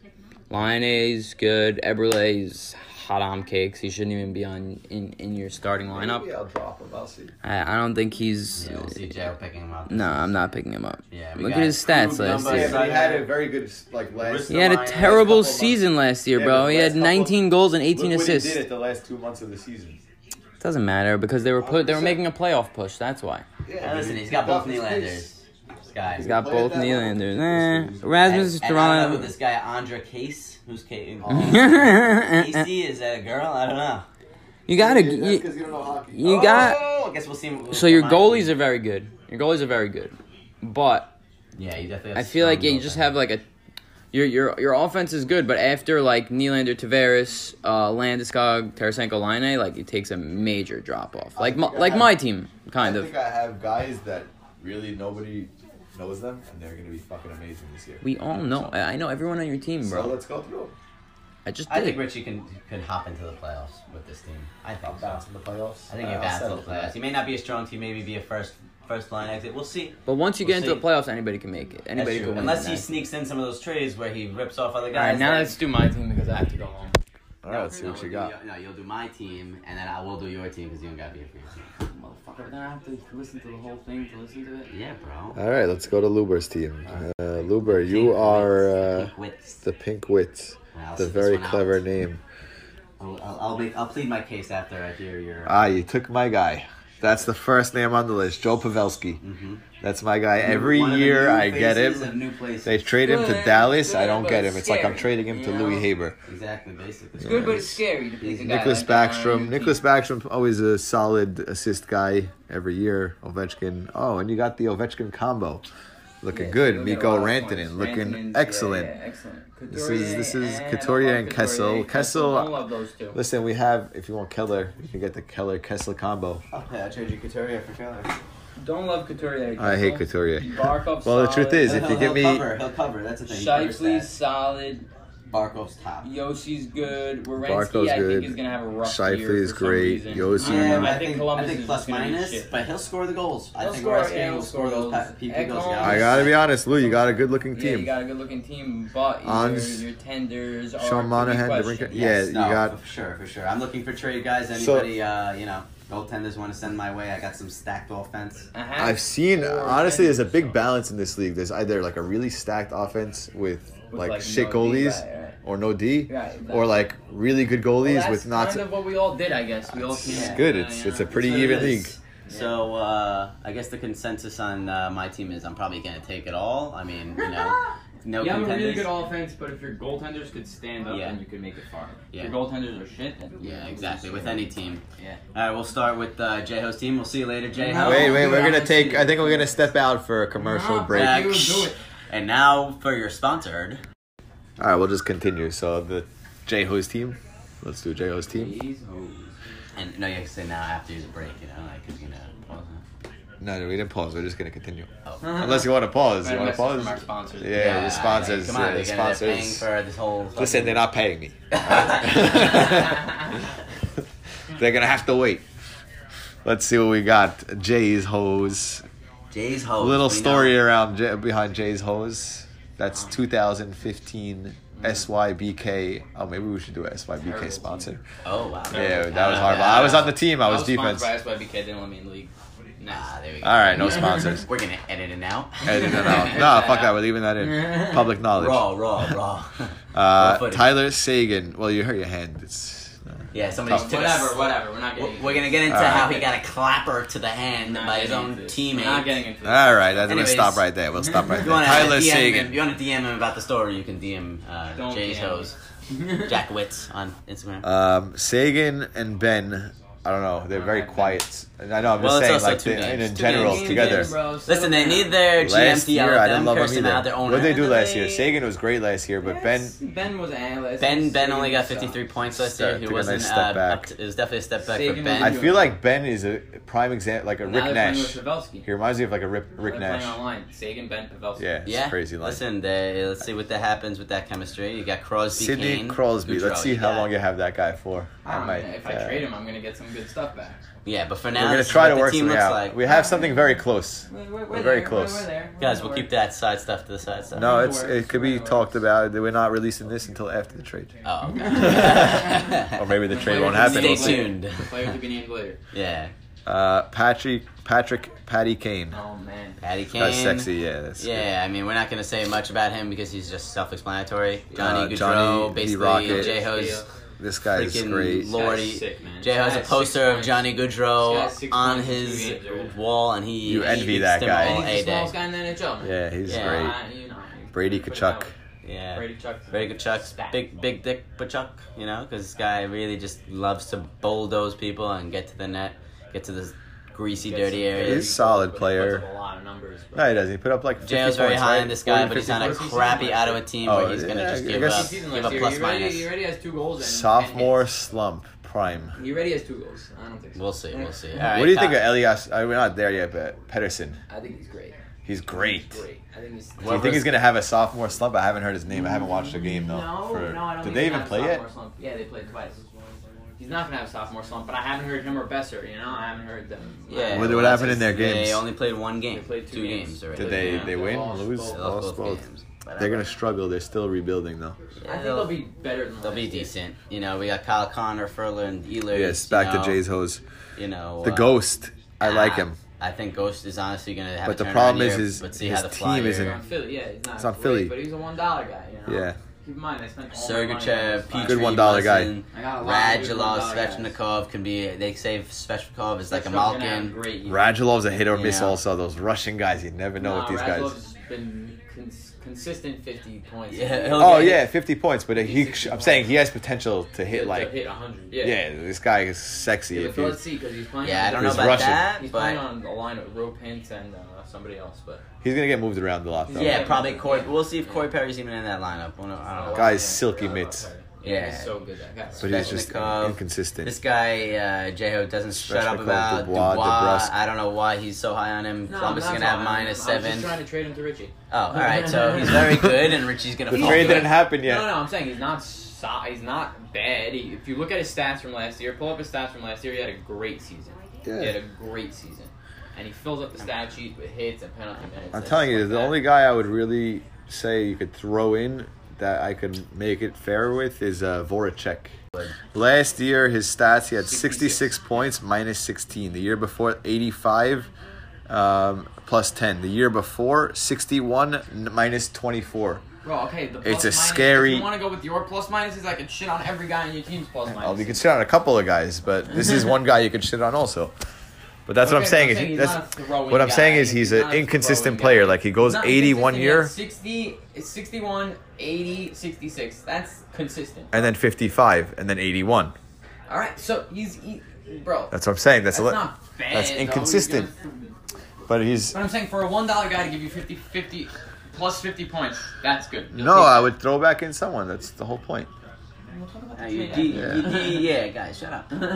Speaker 9: Lyonnaise good. Eberle's hot on cakes. He shouldn't even be on in, in your starting lineup.
Speaker 1: Maybe I'll drop him. I'll see.
Speaker 9: I, I don't think he's.
Speaker 4: Yeah, we'll see Joe picking him up.
Speaker 9: No, I'm not picking him up.
Speaker 4: Yeah, we
Speaker 9: Look
Speaker 4: got
Speaker 9: at his stats
Speaker 4: Krug,
Speaker 9: last
Speaker 4: Dumba,
Speaker 1: Yeah,
Speaker 9: year.
Speaker 1: but he had a very good like last.
Speaker 9: He had a
Speaker 4: Last
Speaker 9: terrible
Speaker 1: couple months.
Speaker 9: season last year,
Speaker 1: Yeah,
Speaker 9: bro.
Speaker 1: but
Speaker 9: He
Speaker 1: last
Speaker 9: had
Speaker 1: couple-
Speaker 9: 19 goals and 18
Speaker 1: Look what he
Speaker 9: assists.
Speaker 1: did at the last two months of the season.
Speaker 9: Doesn't matter because they were put. They were making a playoff push. That's why.
Speaker 1: Yeah,
Speaker 4: Now, listen, he's got both Nylanders. This guy.
Speaker 9: He's got
Speaker 1: Play it
Speaker 9: both
Speaker 1: that way.
Speaker 9: Nylanders. Eh,
Speaker 4: And,
Speaker 9: Rasmus
Speaker 4: and I don't know
Speaker 9: Toronto.
Speaker 4: who this guy Andre Case, who's Case?
Speaker 9: you
Speaker 4: Casey is that a girl? I don't know.
Speaker 9: gotta.
Speaker 1: That's
Speaker 9: You,
Speaker 1: because you don't know hockey.
Speaker 9: you got.
Speaker 4: Oh, I guess we'll see. We'll
Speaker 9: So your
Speaker 4: we'll
Speaker 9: goalies
Speaker 4: find
Speaker 9: are very good. Your goalies are very good, but
Speaker 4: out. Yeah, you definitely. Have
Speaker 9: I feel like yeah,
Speaker 4: strong
Speaker 9: you just
Speaker 4: goaltending.
Speaker 9: have like a. Your, your, your offense is good, but after like Nylander, Tavares, uh, Landeskog, Tarasenko, Line, like it takes a major drop off. Like my,
Speaker 1: think I
Speaker 9: like
Speaker 1: have-
Speaker 9: my team,
Speaker 1: I
Speaker 9: kind of.
Speaker 1: think I have guys that really nobody knows them, and they're gonna be fucking amazing this year.
Speaker 9: We all know. I I know everyone on your team,
Speaker 1: So
Speaker 9: bro.
Speaker 1: let's go through them.
Speaker 9: I just
Speaker 4: I
Speaker 9: did.
Speaker 4: think Richie can could hop into the playoffs with this team. I think so.
Speaker 1: Bounce in the playoffs.
Speaker 4: I think he
Speaker 1: I'll
Speaker 4: bounced
Speaker 1: settle
Speaker 4: the
Speaker 1: for that.
Speaker 4: playoffs. He may not be a strong team. Maybe be a first first line exit. We'll see.
Speaker 9: But once you
Speaker 4: We'll
Speaker 9: get into
Speaker 4: see.
Speaker 9: the playoffs, anybody can make it.
Speaker 4: That's
Speaker 9: Anybody can
Speaker 4: true.
Speaker 9: win.
Speaker 4: Unless
Speaker 9: that.
Speaker 4: he sneaks in some of those trades where he rips off other
Speaker 9: All right,
Speaker 4: guys.
Speaker 9: now
Speaker 4: then-
Speaker 9: let's do my team because I have to go home.
Speaker 1: All right, let's see
Speaker 4: No,
Speaker 1: what
Speaker 4: we'll
Speaker 1: you
Speaker 4: do
Speaker 1: got.
Speaker 4: your- no, you'll do my team, and then I will do your team because you don't got to be here for your team.
Speaker 8: Motherfucker, then I have to listen to the whole thing to listen to it.
Speaker 4: Yeah, bro.
Speaker 1: All right, let's go to Luber's team. Uh, Luber, you
Speaker 4: Pink
Speaker 1: are uh,
Speaker 4: wits, pink wits.
Speaker 1: the Pink Wits.
Speaker 4: I'll
Speaker 1: It's a
Speaker 4: sit this
Speaker 1: very
Speaker 4: one out.
Speaker 1: clever name.
Speaker 4: I'll, I'll, I'll, make, I'll plead my case after I hear your.
Speaker 1: Ah, you took my guy. That's the first name on the list, Joe Pavelski.
Speaker 4: Mhm.
Speaker 1: That's my guy. Every
Speaker 4: One of the
Speaker 1: year
Speaker 4: new
Speaker 1: I get
Speaker 4: faces
Speaker 1: him.
Speaker 4: Of new places.
Speaker 1: They trade him to
Speaker 8: Good,
Speaker 1: Dallas. I
Speaker 8: good,
Speaker 1: don't
Speaker 8: but
Speaker 1: get him. It's like I'm
Speaker 8: scary,
Speaker 1: trading him to
Speaker 8: you
Speaker 1: Louis
Speaker 8: know?
Speaker 1: Haber.
Speaker 4: exactly, basically.
Speaker 8: It's good, but it's scary to pick a guy
Speaker 1: Nicholas
Speaker 8: like um, that on
Speaker 1: Backstrom.
Speaker 8: your
Speaker 1: Nicholas
Speaker 8: team.
Speaker 1: Backstrom always a solid assist guy every year. Ovechkin. Oh, and you got the Ovechkin combo, looking
Speaker 8: Yeah,
Speaker 1: good.
Speaker 8: he'll get a
Speaker 1: Miko
Speaker 8: lot of points.
Speaker 1: Rantanen looking
Speaker 8: Rantanen's- yeah,
Speaker 1: excellent.
Speaker 8: yeah, excellent.
Speaker 1: This is- this is
Speaker 8: I
Speaker 1: Couturier
Speaker 8: love
Speaker 1: and Kessel. Kessel- uh,
Speaker 8: I love those two.
Speaker 1: Listen, we have if you want Keller, you can get the Keller Kessel combo.
Speaker 4: Okay, I'll trade you Couturier for Keller.
Speaker 8: Don't love Couturier. and
Speaker 1: I hate
Speaker 8: Kessel.
Speaker 1: Couturier.
Speaker 8: Barkov's
Speaker 1: Well, the
Speaker 8: solid.
Speaker 1: truth is,
Speaker 4: He'll-
Speaker 1: if you
Speaker 4: he'll-
Speaker 1: give
Speaker 4: he'll
Speaker 1: me
Speaker 4: cover, he'll cover. That's the thing. he covers
Speaker 8: Shifley's
Speaker 4: that.
Speaker 8: solid.
Speaker 4: Barkov's top.
Speaker 8: Yoshi's good.
Speaker 1: Barkov's
Speaker 8: Wierenski, I
Speaker 1: good.
Speaker 8: think, is gonna have a rough
Speaker 1: Shifley
Speaker 8: year for
Speaker 1: is
Speaker 8: some
Speaker 1: great.
Speaker 8: reason.
Speaker 1: Yossi-
Speaker 4: Yeah,
Speaker 1: Um,
Speaker 4: but
Speaker 8: I think Columbus
Speaker 4: I think
Speaker 8: is
Speaker 4: plus
Speaker 8: just gonna be
Speaker 4: minus,
Speaker 8: shit.
Speaker 4: but he'll score the goals. I
Speaker 8: He'll
Speaker 4: think
Speaker 8: score-
Speaker 4: Raskin
Speaker 8: yeah, he'll
Speaker 4: will score
Speaker 8: score
Speaker 4: those
Speaker 8: goals.
Speaker 4: pe- PP goals.
Speaker 8: Ekholm-
Speaker 4: yeah.
Speaker 1: I gotta be honest, Lou, you got a good looking
Speaker 8: Yeah, you
Speaker 1: team.
Speaker 8: got a good-looking team, but your,
Speaker 1: Ons-
Speaker 8: your tenders are to
Speaker 1: Sean
Speaker 8: be
Speaker 1: Monahan,
Speaker 8: questioned.
Speaker 1: DeBrincat. Yeah,
Speaker 4: Yes,
Speaker 1: you
Speaker 4: no,
Speaker 1: got
Speaker 4: for sure, for sure. I'm looking for trade guys. Anybody, uh, you know, goaltenders want to send my way? I got some stacked offense.
Speaker 8: I have
Speaker 1: I've seen
Speaker 8: four
Speaker 1: honestly there's a
Speaker 8: tenders,
Speaker 1: big
Speaker 8: so-
Speaker 1: balance in this league. There's either like a really stacked offense with like,
Speaker 8: like, no
Speaker 1: shit
Speaker 8: D,
Speaker 1: goalies
Speaker 8: right, right.
Speaker 1: or no D
Speaker 8: Right,
Speaker 1: or like really good
Speaker 8: Well,
Speaker 1: goalies
Speaker 8: that's
Speaker 1: with not
Speaker 8: kind of what we all did, I guess. We all
Speaker 1: It's
Speaker 8: came.
Speaker 1: good. It's it's a pretty even
Speaker 4: It
Speaker 1: league.
Speaker 4: is. So uh, I guess the consensus on uh, my team is I'm probably going to take it all. I mean, you know, no
Speaker 2: you have a really
Speaker 4: contenders.
Speaker 2: good offense, but if your goaltenders could stand up,
Speaker 4: Yeah.
Speaker 2: then you could make it far.
Speaker 4: Yeah.
Speaker 2: If your goaltenders are shit, then
Speaker 4: yeah, exactly. With any team.
Speaker 2: Yeah.
Speaker 4: All right, we'll start with uh, J Ho's team. We'll see you later, J Ho.
Speaker 1: Wait, wait,
Speaker 2: dude,
Speaker 1: we're
Speaker 2: I
Speaker 1: gonna
Speaker 2: see
Speaker 1: take.
Speaker 2: it.
Speaker 1: I think we're gonna step out for a commercial
Speaker 2: Nah,
Speaker 1: break.
Speaker 4: back.
Speaker 2: you would do it.
Speaker 4: And now for your sponsored.
Speaker 1: All right, we'll just continue. So the J Ho's team. Let's do J Ho's team.
Speaker 2: oh.
Speaker 4: And no, you have to say now after the break, you know, like, cause you know, pause it.
Speaker 1: No, no, we didn't pause. We're just gonna continue.
Speaker 4: Oh.
Speaker 1: Unless you want to pause, you want to
Speaker 2: Message from
Speaker 1: pause.
Speaker 2: our sponsors.
Speaker 1: Yeah, the sponsors.
Speaker 4: Come on,
Speaker 1: yeah,
Speaker 4: they're
Speaker 1: the
Speaker 4: gonna- they're paying
Speaker 1: sponsors.
Speaker 4: for this whole.
Speaker 1: Listen, they're
Speaker 4: fucking-
Speaker 1: not paying me. they're gonna have to wait. Let's see what we got. Jay's hose.
Speaker 4: Jay's hoes.
Speaker 1: little
Speaker 4: Oh, we know.
Speaker 1: story around J- behind Jay's hose. That's 2015 SYBK. Oh, maybe we should do a SYBK sponsor.
Speaker 4: Oh wow.
Speaker 1: Yeah, that was hard. I was on the team. I was
Speaker 2: sponsored
Speaker 1: defense. All
Speaker 2: by SYBK. They didn't let me in the league.
Speaker 4: Nah, there we go.
Speaker 1: right, no sponsors.
Speaker 4: We're gonna edit it now.
Speaker 1: Editing that out. No, fuck that. We're leaving that in. Public knowledge.
Speaker 4: Raw, raw, raw. Raw
Speaker 1: Uh,
Speaker 4: footage.
Speaker 1: Tyler Sagan. Well, you hurt your hand. It's. uh,
Speaker 4: Yeah, somebody just took a
Speaker 2: Whatever,
Speaker 4: sl-
Speaker 2: whatever. We're not getting.
Speaker 4: We're gonna get into
Speaker 1: All right.
Speaker 4: how he got a clapper to the hand
Speaker 2: Not
Speaker 4: by his
Speaker 2: getting
Speaker 4: own
Speaker 2: into this. We're
Speaker 4: teammate.
Speaker 2: Not getting into. this.
Speaker 1: all right, I'm gonna
Speaker 4: Anyways.
Speaker 1: stop right there. We'll stop right there.
Speaker 4: If you want to
Speaker 1: Tyler
Speaker 4: DM
Speaker 1: Sagan.
Speaker 4: Him, if you want to DM him about the story, you can DM uh,
Speaker 2: Don't
Speaker 4: Jay's
Speaker 2: DM.
Speaker 4: hoes, Jack Witz on Instagram.
Speaker 1: Um, Sagan and Ben, I don't know, they're very quiet. And I know I'm
Speaker 4: Well,
Speaker 1: just
Speaker 4: it's
Speaker 1: saying,
Speaker 4: also
Speaker 1: like,
Speaker 4: two
Speaker 1: they- in,
Speaker 4: games.
Speaker 1: in
Speaker 4: Two
Speaker 1: general,
Speaker 4: games.
Speaker 1: together.
Speaker 4: Listen, they need their GM
Speaker 1: Last
Speaker 4: to
Speaker 1: year,
Speaker 4: yell at
Speaker 1: I
Speaker 4: them,
Speaker 1: didn't love
Speaker 4: curse
Speaker 1: him
Speaker 4: them out, their
Speaker 1: either.
Speaker 4: owner.
Speaker 1: What did they do last year? Sagan was great last year, but Ben,
Speaker 2: Ben was an analyst.
Speaker 4: Ben Ben only got 53 points last year.
Speaker 1: Start-
Speaker 4: He
Speaker 1: took a
Speaker 4: wasn't.
Speaker 1: nice
Speaker 4: uh,
Speaker 1: step back.
Speaker 4: up to- it was definitely a step back
Speaker 2: Sagan
Speaker 4: for
Speaker 2: was
Speaker 4: Ben.
Speaker 1: I feel like Ben is a prime example, like a
Speaker 2: Now
Speaker 1: Rick
Speaker 2: they're playing
Speaker 1: Nash.
Speaker 2: with Pavelski.
Speaker 1: He reminds me of like a Rip, Rick
Speaker 2: They're playing
Speaker 1: Nash.
Speaker 2: Online. Sagan, Ben, Pavelski.
Speaker 1: Yeah, it's
Speaker 4: yeah,
Speaker 1: a crazy line.
Speaker 4: Listen, they, let's see what that happens with that chemistry. You got Crosby,
Speaker 1: Sidney
Speaker 4: Kane,
Speaker 1: Crosby. Let's
Speaker 4: Goudreau,
Speaker 1: see
Speaker 4: you
Speaker 1: how
Speaker 4: got-
Speaker 1: long you have that guy for.
Speaker 2: I don't know,
Speaker 1: might,
Speaker 2: if I
Speaker 1: uh,
Speaker 2: trade him, I'm gonna get some good stuff back.
Speaker 4: Yeah, but for now,
Speaker 1: we're gonna
Speaker 4: this is
Speaker 1: try
Speaker 4: what
Speaker 1: to
Speaker 4: the
Speaker 1: work
Speaker 4: team
Speaker 1: something
Speaker 4: looks
Speaker 1: out.
Speaker 4: like.
Speaker 1: We have something very close.
Speaker 2: We're,
Speaker 1: We're very there, close. we're
Speaker 4: Guys, we'll keep that side stuff to the side stuff.
Speaker 1: No, it's it could be talked about. We're not releasing this until after the trade,
Speaker 4: Oh.
Speaker 1: or maybe the trade
Speaker 2: Later.
Speaker 1: won't happen.
Speaker 4: Stay
Speaker 1: We'll see.
Speaker 4: tuned.
Speaker 2: Players to be named later.
Speaker 4: yeah,
Speaker 1: Uh, Patrick, Patrick, Patty Kane.
Speaker 2: Oh man.
Speaker 4: Patty Kane.
Speaker 1: That's sexy, yeah. That's
Speaker 4: Yeah, I mean, we're not going to say much about him because he's just self-explanatory. Johnny
Speaker 1: Uh,
Speaker 4: Gaudreau,
Speaker 1: Johnny,
Speaker 4: basically
Speaker 1: D-Rocket.
Speaker 4: J-Ho's
Speaker 1: good. This guy is
Speaker 4: Freaking
Speaker 1: great.
Speaker 4: lo- Lordy.
Speaker 2: Guy's sick, man.
Speaker 4: J-Ho's a
Speaker 2: Guy's
Speaker 4: poster
Speaker 2: six
Speaker 4: of
Speaker 2: points.
Speaker 4: Johnny
Speaker 2: This
Speaker 4: Gaudreau
Speaker 2: guy's six
Speaker 4: on
Speaker 2: points,
Speaker 4: his
Speaker 2: two games.
Speaker 4: wall, and he
Speaker 1: You envy
Speaker 4: he eats
Speaker 1: that
Speaker 4: them
Speaker 1: guy.
Speaker 4: all
Speaker 2: And he's
Speaker 4: a
Speaker 2: the smallest
Speaker 4: day.
Speaker 2: guy in the NHL. Man.
Speaker 1: yeah, he's
Speaker 4: Yeah.
Speaker 1: great.
Speaker 2: Uh, you know,
Speaker 1: Brady
Speaker 2: put it
Speaker 1: Kachuk.
Speaker 2: that way.
Speaker 4: Yeah,
Speaker 2: Brady Kachuk.
Speaker 4: Very good Chuck.
Speaker 2: Stat.
Speaker 4: Big, big dick Pachuck, you know, because this guy really just loves to bulldoze people and get to the net, get to the greasy,
Speaker 2: Gets
Speaker 4: dirty
Speaker 2: some
Speaker 4: areas.
Speaker 2: very
Speaker 1: He's a solid
Speaker 2: good-
Speaker 1: player.
Speaker 2: puts up A lot of numbers. but-
Speaker 1: No, he doesn't. He put up like 50
Speaker 4: Jail's very
Speaker 1: points,
Speaker 4: high
Speaker 1: right?
Speaker 4: in this guy,
Speaker 1: 40,
Speaker 4: but he's
Speaker 1: 50
Speaker 4: on a
Speaker 1: points?
Speaker 2: points?
Speaker 4: crappy Ottawa team
Speaker 1: Oh,
Speaker 4: where he's going to
Speaker 1: yeah,
Speaker 4: just
Speaker 1: I guess-
Speaker 4: give, a,
Speaker 2: This
Speaker 1: He's
Speaker 2: season
Speaker 4: give
Speaker 2: last
Speaker 4: a
Speaker 2: year,
Speaker 4: plus
Speaker 2: he already, he
Speaker 4: minus.
Speaker 2: already has two goals. And,
Speaker 1: sophomore
Speaker 2: And hits.
Speaker 1: slump prime.
Speaker 2: he already has two goals. I don't think so.
Speaker 4: We'll see, we'll see. All
Speaker 1: what
Speaker 4: right, uh,
Speaker 1: do you think of
Speaker 4: Kyle.
Speaker 1: Elias? I, we're not there yet, but Pedersen.
Speaker 2: I think he's great.
Speaker 1: He's great.
Speaker 2: He's great. I think he's.
Speaker 1: Do you think he's gonna have a sophomore slump? I haven't heard his name. I haven't watched the game though.
Speaker 2: No,
Speaker 1: For-
Speaker 2: no, I
Speaker 1: Did
Speaker 2: don't think
Speaker 1: they
Speaker 2: he's
Speaker 1: even
Speaker 2: gonna
Speaker 1: play
Speaker 2: have a
Speaker 1: yet?
Speaker 2: sophomore Slump. Yeah, they played twice. He's not gonna have a sophomore slump, but I haven't heard him or Besser. You know, I haven't heard them.
Speaker 4: Yeah,
Speaker 1: What- what
Speaker 4: well,
Speaker 1: happened in their games?
Speaker 4: They only played one game.
Speaker 2: They played two games.
Speaker 4: already.
Speaker 1: Did they?
Speaker 4: Yeah.
Speaker 1: They win?
Speaker 2: Lost
Speaker 1: Lose?
Speaker 2: both.
Speaker 4: They lost
Speaker 1: Lost
Speaker 4: both
Speaker 1: both.
Speaker 4: games.
Speaker 1: They're gonna struggle. They're still rebuilding though.
Speaker 2: I think they'll be better than.
Speaker 4: They'll
Speaker 2: last
Speaker 4: be
Speaker 2: year.
Speaker 4: decent. You know, we got Kyle Connor, Furler, and Ehlers.
Speaker 1: Yes,
Speaker 4: you
Speaker 1: back to
Speaker 4: know,
Speaker 1: Jay's hose.
Speaker 4: You know,
Speaker 1: The
Speaker 4: uh,
Speaker 1: ghost. I like
Speaker 4: ah,
Speaker 1: him.
Speaker 4: I think Ghost is honestly going to have.
Speaker 1: But
Speaker 4: a
Speaker 1: the
Speaker 4: turnaround
Speaker 1: problem is
Speaker 4: year,
Speaker 1: his-
Speaker 4: but see
Speaker 1: his
Speaker 4: how the fly
Speaker 1: team
Speaker 4: year-
Speaker 1: isn't-
Speaker 2: He's on Philly, yeah, he's not.
Speaker 1: He's on
Speaker 2: great,
Speaker 1: Philly.
Speaker 2: but he's a one dollar guy. You know?
Speaker 1: Yeah.
Speaker 2: Keep in mind, I spent all my money on
Speaker 4: Sergachev,
Speaker 2: this guy.
Speaker 4: Petrie,
Speaker 1: Good $1 guy.
Speaker 4: Muzzin,
Speaker 2: I got a lot of good
Speaker 4: Radulov,
Speaker 2: $1 guys.
Speaker 4: Svechnikov can be. They say Svechnikov is like a
Speaker 2: Svechnikov's gonna have
Speaker 4: Malkin.
Speaker 2: Great. year.
Speaker 1: Radulov's a hit or miss.
Speaker 4: Yeah.
Speaker 1: Also, those Russian guys. You never know
Speaker 2: Nah,
Speaker 1: with these guys.
Speaker 2: Radulov's been cons- consistent 50 points.
Speaker 4: Yeah, he'll
Speaker 1: Oh
Speaker 4: get it.
Speaker 1: yeah, fifty points. But he,
Speaker 2: He's
Speaker 1: I'm saying he has potential to
Speaker 2: To-
Speaker 1: Oh, hit
Speaker 2: to
Speaker 1: like.
Speaker 2: hit 100.
Speaker 1: Yeah,
Speaker 2: Yeah.
Speaker 1: this guy is sexy.
Speaker 2: Yeah,
Speaker 1: if
Speaker 2: but
Speaker 1: you,
Speaker 2: let's see, because he's playing.
Speaker 4: Yeah, I
Speaker 2: on-
Speaker 4: don't know
Speaker 1: He's
Speaker 4: about
Speaker 1: Russian.
Speaker 4: that,
Speaker 2: He's playing
Speaker 4: but
Speaker 2: on the line with Ropens and uh, somebody else, but
Speaker 1: he's gonna get moved around a lot though.
Speaker 4: yeah, probably Corey. We'll see if Corey Perry's even in that lineup. We'll know- I don't know.
Speaker 1: Guy's silky mitts.
Speaker 4: Yeah.
Speaker 2: he's so good. That guy.
Speaker 1: but he's just
Speaker 2: uh,
Speaker 4: Svechnikov.
Speaker 1: inconsistent.
Speaker 4: This guy, uh, Jeho, doesn't shut up
Speaker 1: Svechnikov,
Speaker 4: about
Speaker 1: Dubois,
Speaker 4: Dubois.
Speaker 1: DeBrusque.
Speaker 4: I don't know why he's so high on him.
Speaker 2: No,
Speaker 4: Columbus is
Speaker 2: I'm
Speaker 4: going
Speaker 2: not
Speaker 4: to have
Speaker 2: talking-
Speaker 4: minus
Speaker 2: I'm
Speaker 4: seven.
Speaker 2: just trying to trade him to Richie.
Speaker 4: Oh, all right. So he's very good, and Richie's going
Speaker 1: the
Speaker 4: to fall.
Speaker 1: trade
Speaker 4: good.
Speaker 1: didn't happen yet.
Speaker 2: No, no, I'm saying he's not. So- he's not bad. He, if you look at his stats from last year, pull up his stats from last year. He had a great season. He had a great season, and he fills up the stat sheet with hits and penalty minutes.
Speaker 1: I'm
Speaker 2: and
Speaker 1: telling
Speaker 2: stuff
Speaker 1: you,
Speaker 2: like
Speaker 1: the
Speaker 2: that.
Speaker 1: only guy I would really say you could throw in that I could make it fair with is uh, Voracek. Last year, his stats he had 66,
Speaker 2: 66
Speaker 1: points minus 16. The year before, 85 um, plus 10. The year before, 61 n- minus 24.
Speaker 2: Bro, okay, the plus
Speaker 1: It's a
Speaker 2: minus,
Speaker 1: scary-
Speaker 2: If you want to go with your plus minuses, I can shit on every guy in your team's plus
Speaker 1: Well, you
Speaker 2: minuses.
Speaker 1: could shit on a couple of guys, but this is one guy you could shit on also. But that's what I'm
Speaker 8: Okay,
Speaker 1: saying.
Speaker 8: but
Speaker 1: Is
Speaker 8: he's
Speaker 1: that's
Speaker 8: not a throwing
Speaker 1: what I'm
Speaker 8: guy.
Speaker 1: saying is he's an
Speaker 8: not a
Speaker 1: inconsistent
Speaker 8: throwing
Speaker 1: player.
Speaker 8: guy.
Speaker 1: Like he goes
Speaker 8: He's not
Speaker 1: 81
Speaker 8: inconsistent. He
Speaker 1: year
Speaker 8: had 60, it's 61, 80, 66. That's consistent.
Speaker 1: and then 55 and then 81.
Speaker 8: All right, so he's he, bro.
Speaker 1: That's what I'm saying. That's,
Speaker 8: that's
Speaker 1: a li-
Speaker 8: not bad.
Speaker 1: that's
Speaker 8: though. He's
Speaker 1: inconsistent.
Speaker 8: gonna-
Speaker 1: but he's
Speaker 8: But I'm saying for a one dollar guy to give you 50, 50 plus fifty points, that's good. You'll
Speaker 1: no.
Speaker 8: take
Speaker 1: I
Speaker 8: that.
Speaker 1: would throw back in someone. That's the whole point.
Speaker 8: We'll talk about
Speaker 4: Yeah,
Speaker 8: that
Speaker 4: you
Speaker 8: trade
Speaker 4: D,
Speaker 8: after.
Speaker 4: you D, yeah, guys, shut up. no,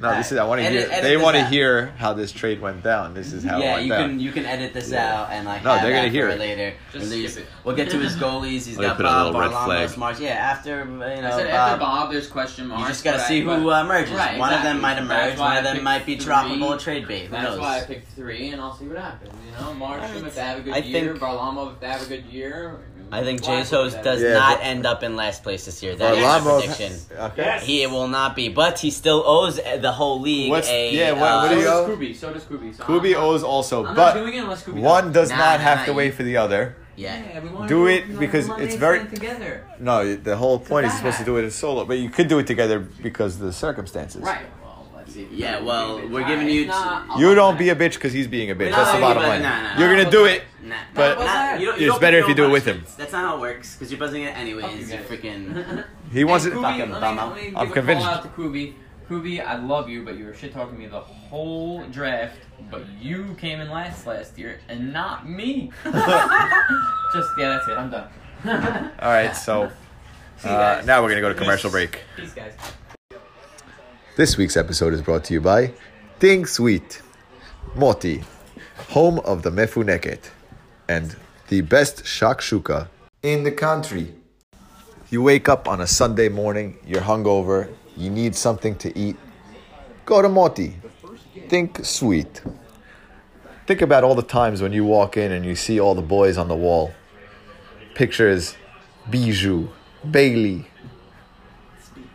Speaker 1: No, this is I want to hear. they want to hear how this trade went down. This is how it
Speaker 4: yeah,
Speaker 1: went
Speaker 4: you
Speaker 1: down.
Speaker 4: can you can edit this
Speaker 1: Yeah.
Speaker 4: out and like.
Speaker 1: No,
Speaker 4: have
Speaker 1: they're gonna
Speaker 4: that
Speaker 1: hear
Speaker 4: for
Speaker 1: it.
Speaker 4: later.
Speaker 8: Just
Speaker 4: Release.
Speaker 8: skip it.
Speaker 4: We'll get to his goalies. He's
Speaker 1: Let me
Speaker 4: got
Speaker 1: put a
Speaker 4: Bob,
Speaker 1: little red
Speaker 4: Barlambo,
Speaker 1: flag.
Speaker 4: Smart. Yeah, after you know uh,
Speaker 8: I said after Bob, there's question marks.
Speaker 4: You just gotta
Speaker 8: but I-
Speaker 4: see
Speaker 8: but-
Speaker 4: who uh, emerges.
Speaker 8: Right,
Speaker 4: One of
Speaker 8: exactly.
Speaker 4: them might
Speaker 8: That's
Speaker 4: emerge.
Speaker 8: why
Speaker 4: One
Speaker 8: I
Speaker 4: of them
Speaker 8: picked
Speaker 4: might be
Speaker 8: three.
Speaker 4: droppable trade bait. Who
Speaker 8: That's
Speaker 4: knows?
Speaker 8: why I picked three, and I'll see what happens. You know, Marsham, if they have a good
Speaker 4: I
Speaker 8: year,
Speaker 4: think-
Speaker 8: Barlamo, if they have a good year.
Speaker 4: I think
Speaker 8: Why
Speaker 4: James Host
Speaker 8: would
Speaker 4: does
Speaker 1: Yeah,
Speaker 4: not
Speaker 1: but-
Speaker 4: end up in last place this year. That is my
Speaker 1: Barlambo's-
Speaker 4: prediction.
Speaker 1: Okay.
Speaker 4: He will not be, but he still owes the whole league
Speaker 1: What's-
Speaker 4: a.
Speaker 1: yeah, what-
Speaker 4: uh,
Speaker 1: what
Speaker 8: So
Speaker 1: do you-
Speaker 8: does Kubi. So does Kubi. So
Speaker 1: Kubi
Speaker 8: I'm,
Speaker 1: owes also,
Speaker 8: I'm not
Speaker 1: but
Speaker 8: doing it unless Kubi
Speaker 1: one
Speaker 8: does.
Speaker 1: does
Speaker 4: Nah,
Speaker 1: not
Speaker 4: nah,
Speaker 1: have
Speaker 4: nah,
Speaker 1: to
Speaker 4: you-
Speaker 1: wait for the other.
Speaker 4: Yeah.
Speaker 8: we wanna
Speaker 1: Do it
Speaker 8: we wanna
Speaker 1: because
Speaker 8: run
Speaker 1: it's
Speaker 8: this
Speaker 1: very-
Speaker 8: thing together.
Speaker 1: No, the whole point is
Speaker 8: bad.
Speaker 1: supposed to do it in solo, but you could do it together because of the circumstances.
Speaker 8: Right. Well, let's see.
Speaker 4: Yeah, well, we're
Speaker 8: Nah,
Speaker 4: giving
Speaker 8: it's
Speaker 4: you-
Speaker 8: not- I'll
Speaker 1: You
Speaker 8: go
Speaker 1: don't
Speaker 8: back.
Speaker 1: be a bitch because he's being a bitch.
Speaker 4: No,
Speaker 1: That's the
Speaker 4: you-
Speaker 1: bottom
Speaker 4: but
Speaker 1: line.
Speaker 4: no, no,
Speaker 1: You're
Speaker 4: no,
Speaker 1: gonna do it.
Speaker 4: Nah,
Speaker 1: But-
Speaker 4: nah, you don't- you
Speaker 1: It's
Speaker 4: don't
Speaker 1: better if you
Speaker 4: pick your
Speaker 1: do it
Speaker 4: own
Speaker 1: with
Speaker 4: punishments. That's not how it works because you're buzzing it anyways. You
Speaker 8: Fuck you
Speaker 4: freaking.
Speaker 1: He wants it.
Speaker 8: Kubi,
Speaker 4: fucking
Speaker 8: let
Speaker 4: bum
Speaker 8: me-
Speaker 4: out.
Speaker 8: let me give
Speaker 1: I'm
Speaker 8: a
Speaker 1: convinced.
Speaker 8: Call out to Kubi. Kubi, I love you, but you were shit talking me the whole draft. But you came in last last year, and not me. Just yeah, that's it. I'm done.
Speaker 1: All right, so
Speaker 8: See you
Speaker 1: uh,
Speaker 8: guys.
Speaker 1: now we're gonna go to commercial break.
Speaker 8: Peace, guys.
Speaker 1: This week's episode is brought to you by Ding Sweet, Moti, home of the Mefuneket, and the best shakshuka in the country. You wake up on a Sunday morning, you're hungover, you need something to eat. Go to Moti. Think sweet. Think about all the times when you walk in and you see all the boys on the wall. Pictures Bijou, Bailey,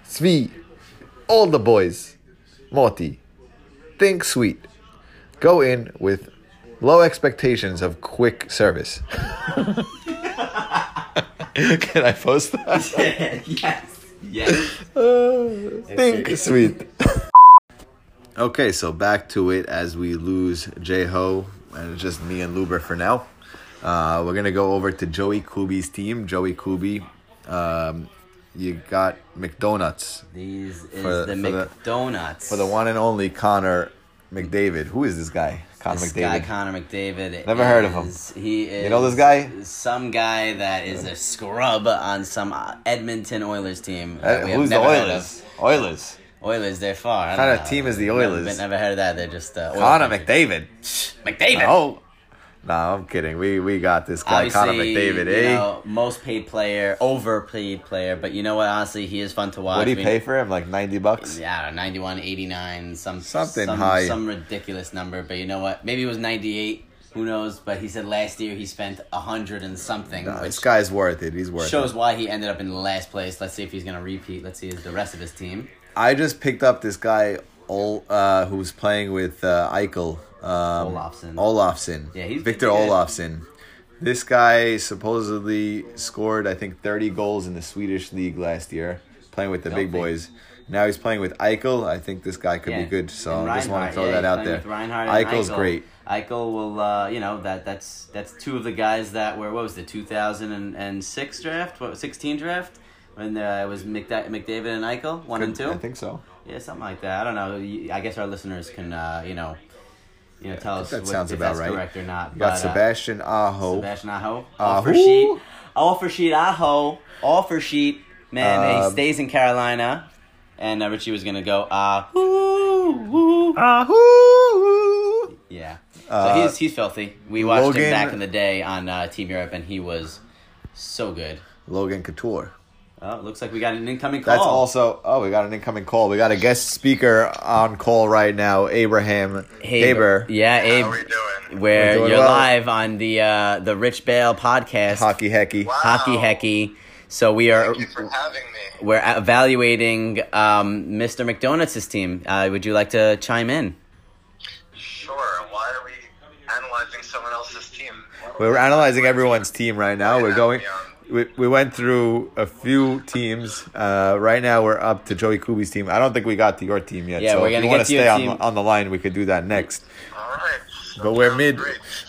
Speaker 1: Svi, all the boys, Moti, think sweet. Go in with low expectations of quick service. Can I post that?
Speaker 4: yes. Yes.
Speaker 1: think sweet. okay, so back to it as we lose J Ho, and it's just me and Luber for now. Uh, we're gonna go over to Joey Kubi's team. Joey Kubi, um, you got McDonuts.
Speaker 4: These is
Speaker 1: For- for
Speaker 4: the
Speaker 1: the-
Speaker 4: McDonuts.
Speaker 1: for the one and only Connor McDavid. Who is this guy? Connor
Speaker 4: This
Speaker 1: McDavid.
Speaker 4: guy Connor McDavid.
Speaker 1: Never heard of him.
Speaker 4: is- He is.
Speaker 1: know this guy?
Speaker 4: Some guy that is a scrub on some uh, Edmonton Oilers team.
Speaker 1: Uh,
Speaker 4: that we have
Speaker 1: who's the
Speaker 4: never heard
Speaker 1: Oilers? Oilers.
Speaker 4: of. Oilers, they're far. I
Speaker 1: What kind
Speaker 4: don't
Speaker 1: of
Speaker 4: know.
Speaker 1: team is the
Speaker 4: Never
Speaker 1: Oilers?
Speaker 4: been- Never, heard of that. They're just uh, Oilers.
Speaker 1: Connor McDavid.
Speaker 4: McDavid.
Speaker 1: Oh. No, I'm kidding. We we got this guy, Connor
Speaker 4: Obviously,
Speaker 1: McDavid,
Speaker 4: you
Speaker 1: eh?
Speaker 4: know, most paid player, overpaid player, but you know what? Honestly, he is fun to watch.
Speaker 1: what do you
Speaker 4: We-
Speaker 1: pay for him? Like 90 bucks?
Speaker 4: Yeah, I don't know, 91, 89, some,
Speaker 1: Something
Speaker 4: some,
Speaker 1: high.
Speaker 4: Some ridiculous number, but you know what? Maybe it was 98, who knows? But he said last year he spent 100 and something,
Speaker 1: No, this
Speaker 4: which
Speaker 1: guy's worth it. He's worth
Speaker 4: shows
Speaker 1: it.
Speaker 4: why he ended up in last place. Let's see if he's going to repeat. Let's see if the rest of his team.
Speaker 1: I just picked up this guy Ol, uh, who's playing with uh, Eichel. Um,
Speaker 4: Olafsson.
Speaker 1: Olafsson.
Speaker 4: Yeah, he's
Speaker 1: Victor
Speaker 4: pretty good.
Speaker 1: Olafsson. This guy supposedly scored, I think, 30 goals in the Swedish league last year, playing with the big
Speaker 4: think-
Speaker 1: boys. Now he's playing with Eichel. I think this guy could
Speaker 4: Yeah.
Speaker 1: be good. So
Speaker 4: And
Speaker 1: I just want
Speaker 4: Reinhardt,
Speaker 1: to throw
Speaker 4: yeah,
Speaker 1: that
Speaker 4: he's
Speaker 1: out
Speaker 4: playing
Speaker 1: there.
Speaker 4: with Reinhardt and
Speaker 1: Eichel's
Speaker 4: Eichel.
Speaker 1: great.
Speaker 4: Eichel will, uh, you know, that that's that's two of the guys that were what was the 2006 draft, what 16 draft when uh, it was McDa- McDavid and Eichel, one and
Speaker 1: Could-
Speaker 4: two.
Speaker 1: I think so.
Speaker 4: Yeah, something like that. I don't know. You- I guess our listeners can, uh, you know, you know, tell
Speaker 1: I
Speaker 4: us
Speaker 1: think that
Speaker 4: what-
Speaker 1: sounds
Speaker 4: if
Speaker 1: about
Speaker 4: that's
Speaker 1: right.
Speaker 4: correct or not.
Speaker 1: You got
Speaker 4: But, uh,
Speaker 1: Sebastian Uh, Aho.
Speaker 4: Sebastian Aho.
Speaker 1: Aho.
Speaker 4: Offer sheet. Offer sheet. Aho. Offer sheet. Man,
Speaker 1: Um,
Speaker 4: he stays in Carolina. And uh, Richie was gonna go. Uh,
Speaker 1: Aho!
Speaker 4: yeah. So
Speaker 1: Uh,
Speaker 4: he's he's filthy. We watched
Speaker 1: Logan-
Speaker 4: him back in the day on uh, Team Europe, and he was so good.
Speaker 1: Logan Couture.
Speaker 4: Oh, looks like we got an incoming call.
Speaker 1: That's also. Oh, we got an incoming call. We got a guest speaker on call right now, Abraham Haber.
Speaker 4: Yeah, Abe.
Speaker 11: How we
Speaker 4: Where
Speaker 11: doing?
Speaker 1: We're doing
Speaker 4: you're
Speaker 1: well.
Speaker 4: live on the uh, the Rich Bale podcast,
Speaker 1: Hockey hecky.
Speaker 11: Wow.
Speaker 4: Hockey Hecky. So we are
Speaker 11: Thank you for having me.
Speaker 4: we're evaluating um, Mr. McDonuts' team. Uh, would you like to chime in?
Speaker 11: Sure. Why are we analyzing someone else's team?
Speaker 1: We're analyzing everyone's team right now. We're going.
Speaker 11: Yeah,
Speaker 1: we, we went through a few teams. Uh, right now, we're up to Joey Kubi's team. I don't think we got to your team yet.
Speaker 4: Yeah,
Speaker 1: so
Speaker 4: we're
Speaker 1: if
Speaker 4: gonna
Speaker 1: you want
Speaker 4: get
Speaker 1: to
Speaker 4: to your
Speaker 1: stay on,
Speaker 4: team.
Speaker 1: on the line, we could do that next.
Speaker 11: All right.
Speaker 1: But we're mid,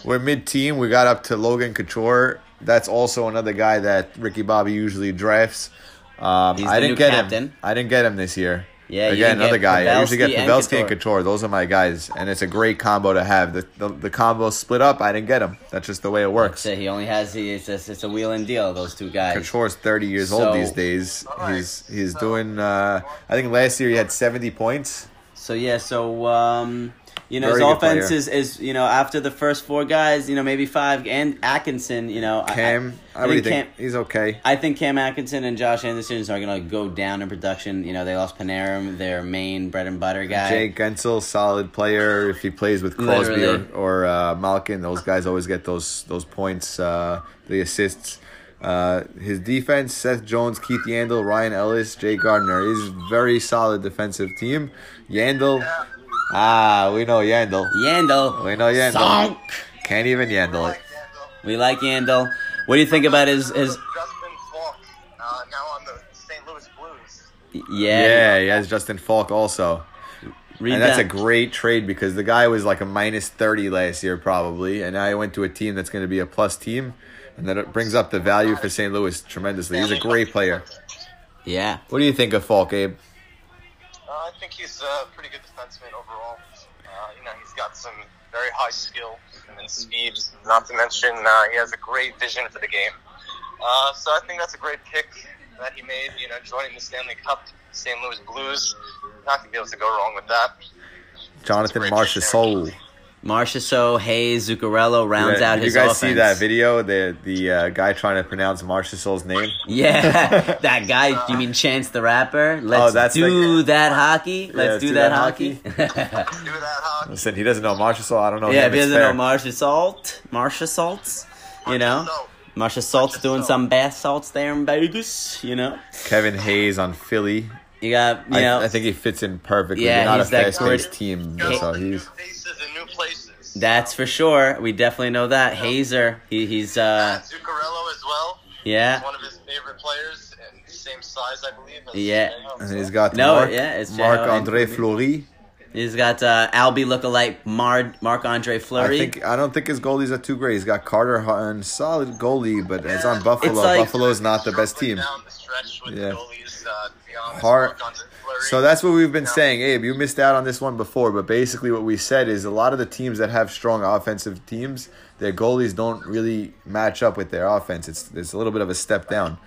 Speaker 1: we're mid team. We got up to Logan Couture. That's also another guy that Ricky Bobby usually drafts. Um,
Speaker 4: He's
Speaker 1: I
Speaker 4: the
Speaker 1: didn't
Speaker 4: new
Speaker 1: get him.
Speaker 4: captain.
Speaker 1: I didn't get him this year.
Speaker 4: Yeah, you
Speaker 1: again
Speaker 4: didn't
Speaker 1: another
Speaker 4: get
Speaker 1: guy. I usually
Speaker 4: Pavelski
Speaker 1: get
Speaker 4: and
Speaker 1: Pavelski and
Speaker 4: Couture.
Speaker 1: Couture. Those are my guys, and it's a great combo to have. The the, the combo split up. I didn't get him. That's just the way it works.
Speaker 4: So he only has he. It's a, it's a wheel and deal. Those two guys.
Speaker 1: Couture's 30 years
Speaker 4: So-
Speaker 1: old these days. He's he's doing. Uh, I think last year he had 70 points.
Speaker 4: So yeah, so um, you know
Speaker 1: Very
Speaker 4: his
Speaker 1: good
Speaker 4: offense
Speaker 1: player.
Speaker 4: is, is you know after the first four guys, you know maybe five and Atkinson, you know I-
Speaker 1: Cam, I, really think he's okay.
Speaker 4: I think Cam Atkinson and Josh Anderson are going to go down in production. You know they lost Panarin, their main bread and butter guy.
Speaker 1: Jake Gensel, solid player. If he plays with Crosby or,
Speaker 4: Literally.
Speaker 1: or uh, Malkin, those guys always get those those points, uh, the assists. Uh, his defense: Seth Jones, Keith Yandel, Ryan Ellis, Jay Gardner. He's a very solid defensive team. Yandel, ah, we know Yandel.
Speaker 4: Yandel,
Speaker 1: We know Oh, Yandel.
Speaker 4: Sunk.
Speaker 1: Can't even Yandel it.
Speaker 4: we like Yandel. What do you think about his his?
Speaker 11: Justin Falk, uh, now on the St. Louis Blues.
Speaker 4: Yeah,
Speaker 1: he has Justin Falk also.
Speaker 4: Read
Speaker 1: and that's
Speaker 4: that.
Speaker 1: a great trade because the guy was like a minus 30 last year, probably. And now he went to a team that's going to be a plus team. And that it brings up the value for St. Louis tremendously. He's a great player.
Speaker 4: yeah.
Speaker 1: What do you think of Falk, Abe?
Speaker 11: Uh, I think he's a pretty good defenseman overall. Uh, you know, he's got some very high skill and speed, not to mention uh, he has a great vision for the game. Uh, so I think that's a great pick that he made, you know, joining the Stanley Cup, St. Louis Blues. Not going to be able to go wrong with that.
Speaker 1: Jonathan Marchessault.
Speaker 4: Marcia So Hayes Zuccarello rounds out
Speaker 1: Did
Speaker 4: his
Speaker 1: you guys
Speaker 4: offense.
Speaker 1: see that video? The the uh, guy trying to pronounce Marchessault's name?
Speaker 4: Yeah, that guy. You mean Chance the Rapper? Let's
Speaker 1: Oh, that's
Speaker 4: do that hockey. Let's
Speaker 1: Yeah,
Speaker 4: do, that, hockey.
Speaker 1: Listen, he doesn't know Marchessault. I don't know
Speaker 4: yeah,
Speaker 1: him.
Speaker 4: if he
Speaker 1: Oh, It's
Speaker 4: doesn't
Speaker 1: fair.
Speaker 4: know Marsha Salt, Marsha Salts, you know, Marsha Salt's doing some bath salts there in Vegas, you know.
Speaker 1: Kevin Hayes on Philly.
Speaker 4: You got, you
Speaker 1: I,
Speaker 4: know,
Speaker 1: I think he fits in perfectly.
Speaker 4: Yeah,
Speaker 1: They're not a
Speaker 4: he's that
Speaker 1: fast-paced
Speaker 4: great-
Speaker 1: team, so he's
Speaker 4: that's for sure. We definitely know that Hazer. He, he's uh,
Speaker 11: Zuccarello as well.
Speaker 4: yeah.
Speaker 11: He's one of his favorite players and same size, I believe. As
Speaker 4: Yeah.
Speaker 1: and he's got
Speaker 4: No,
Speaker 1: Mark,
Speaker 4: yeah, it's
Speaker 1: Mark
Speaker 4: Jao and-
Speaker 1: Andre Fleury.
Speaker 4: He's got uh, Albie lookalike Mard Mark Andre
Speaker 1: I
Speaker 4: Fleury.
Speaker 1: think I don't think his goalies are too great. He's got Carter Hutton, solid goalie, but it's on Buffalo.
Speaker 4: It's like-
Speaker 1: Buffalo's not the best team.
Speaker 11: Down the stretch with
Speaker 1: Yeah.
Speaker 11: the goalies, uh, to be honest,
Speaker 1: Hart-
Speaker 11: Mark Andre Fleury.
Speaker 1: So that's what we've been saying, Abe. You missed out on this one before, but basically what we said is a lot of the teams that have strong offensive teams, their goalies don't really match up with their offense. It's it's a little bit of a step down.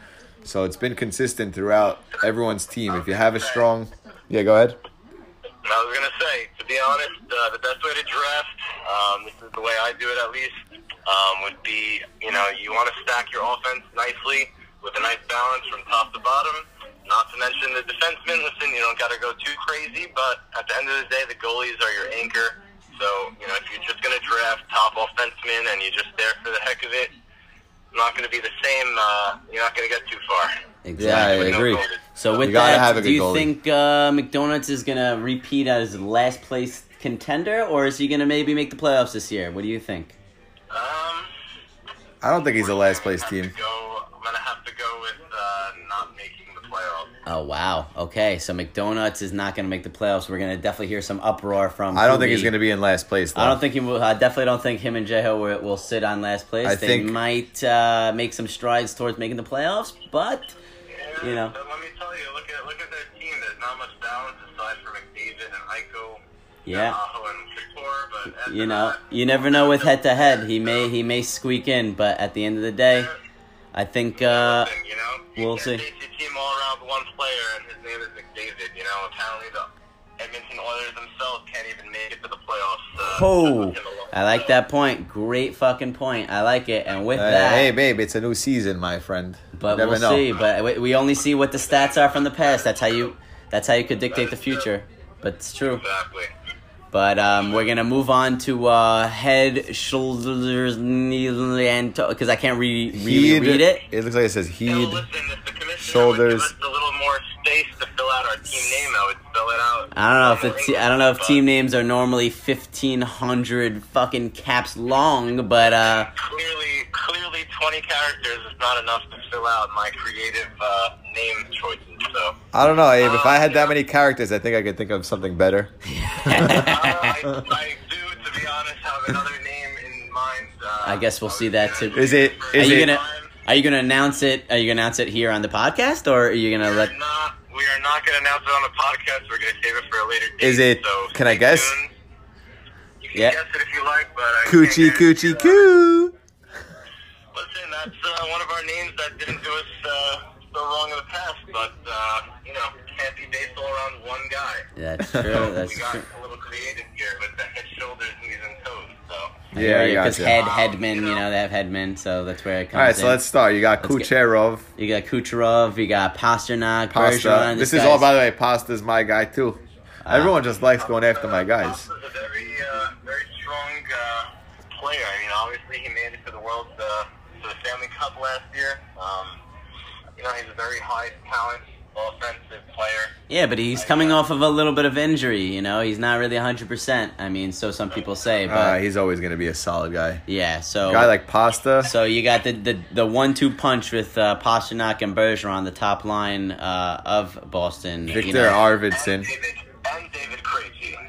Speaker 1: So it's been consistent throughout everyone's team. If you have a strong, yeah, go ahead.
Speaker 11: And I was gonna say, to be honest, uh, the best way to draft, um, this is the way I do it at least, um, would be you know you want to stack your offense nicely with a nice balance from top to bottom. Not to mention the defensemen. Listen, you don't got to go too crazy, but at the end of the day, the goalies are your anchor. So you know if you're just gonna draft top offensemen and you're just there for the heck of it, not gonna be the same. Uh, you're not gonna get too far.
Speaker 4: Exactly.
Speaker 11: Yeah, I agree.
Speaker 4: So with
Speaker 1: You gotta
Speaker 4: that,
Speaker 1: have a
Speaker 4: do
Speaker 1: good
Speaker 4: you
Speaker 1: goalie.
Speaker 4: think uh, McDonald's is gonna repeat as last place contender, or is he gonna maybe make the playoffs this year? What do you think?
Speaker 11: Um,
Speaker 1: I don't think he's the last place
Speaker 11: have
Speaker 1: team.
Speaker 11: to go. I'm gonna have to go with uh, not making the playoffs.
Speaker 4: Oh wow. Okay, so McDonald's is not gonna make the playoffs. We're gonna definitely hear some uproar from.
Speaker 1: I don't think
Speaker 4: Kobe.
Speaker 1: he's going to be in last place. Though.
Speaker 4: I don't think he will. I definitely don't think him and Jeho will, will sit on last place.
Speaker 1: I
Speaker 4: they
Speaker 1: think-
Speaker 4: might uh, make some strides towards making the playoffs, but you know,
Speaker 11: But let me tell you, look at look at their team. There's not much balance aside from McDavid and Eichel.
Speaker 4: yeah.
Speaker 11: Aho and Couture, but after
Speaker 4: you know,
Speaker 11: that,
Speaker 4: you never know with head to head. He may he may squeak in, but at the end of the day, I think uh,
Speaker 11: listen, you know, you
Speaker 4: we'll
Speaker 11: can't
Speaker 4: see.
Speaker 11: base your team all around one player, and his name is McDavid. You know, apparently the Edmonton Oilers themselves can't even make it to the playoffs. Uh,
Speaker 4: Oh,
Speaker 11: just with him alone.
Speaker 4: I like that point. Great fucking point. I like it. And with
Speaker 1: Uh,
Speaker 4: that,
Speaker 1: hey, babe, it's a new season, my friend.
Speaker 4: but
Speaker 1: Never
Speaker 4: we'll
Speaker 1: know.
Speaker 4: see. But we, we only see what the stats are from the past. That's how you. That's how you could dictate the future. But it's true.
Speaker 11: Exactly.
Speaker 4: But um, we're gonna move on to uh, head, shoulders, knees, and toe because I can't re- really
Speaker 1: Heed-
Speaker 4: read it.
Speaker 1: It looks like it says heed.
Speaker 11: Well, listen, if the commissioner
Speaker 1: shoulders.
Speaker 11: would give us a little more space to fill out our team name, I would fill it out.
Speaker 4: I don't know if the te- I don't know if
Speaker 11: But-
Speaker 4: team names are normally fifteen hundred fucking caps long, but uh,
Speaker 11: clearly, clearly 20 characters is not enough to fill out my creative uh, name choices. So
Speaker 1: I don't know, Abe. If I had that many characters, I think I could think of something better.
Speaker 11: uh,
Speaker 4: I guess we'll see that too.
Speaker 1: Is it-
Speaker 4: are
Speaker 1: is
Speaker 4: you
Speaker 1: it-
Speaker 4: gonna Are you gonna announce it? Are you gonna announce it here on the podcast, or are you gonna let?
Speaker 11: we are not going to announce it on the podcast. We're going to save it for a later date.
Speaker 1: Is it?
Speaker 11: So
Speaker 1: Can I guess?
Speaker 11: you can
Speaker 1: Yeah.
Speaker 11: guess it if you like, but I can't
Speaker 1: Coochie,
Speaker 11: guarantee
Speaker 1: coochie, coo.
Speaker 11: Listen, that's uh, one of our names that didn't do us uh, so wrong in the past, but uh, you know, can't be based all around one guy.
Speaker 4: That's true,
Speaker 11: So
Speaker 4: that's
Speaker 11: we got
Speaker 4: true.
Speaker 11: a little creative here with the head, shoulders, knees, and toes. So
Speaker 4: I hear you,
Speaker 1: gotcha.
Speaker 4: head headman, you know they have headmen, so that's where it comes.
Speaker 1: All right, so
Speaker 4: in.
Speaker 1: let's start. You got
Speaker 4: Let's get-
Speaker 1: Kucherov,
Speaker 4: you got Kucherov, you got Pasternak,
Speaker 1: pasta.
Speaker 4: Bergeron.
Speaker 1: This is all, by the way. Pasta's my guy too.
Speaker 4: Uh-huh.
Speaker 1: Everyone just likes going after my guys.
Speaker 11: He's a very, uh, very strong uh, player. I mean, obviously he made it to the World uh, to the Stanley Cup last year. Um, you know, he's a very high talent, offensive player.
Speaker 4: Yeah, but he's coming off of a little bit of injury. You know, he's not really hundred percent. I mean, so some people say, but
Speaker 1: Uh, he's always gonna be a solid guy.
Speaker 4: yeah. So
Speaker 1: Guy like pasta.
Speaker 4: So you got the the, the one two punch with uh, Pasternak and Bergeron, the top line uh, of Boston. you
Speaker 1: Victor
Speaker 4: know.
Speaker 1: Arvidsson.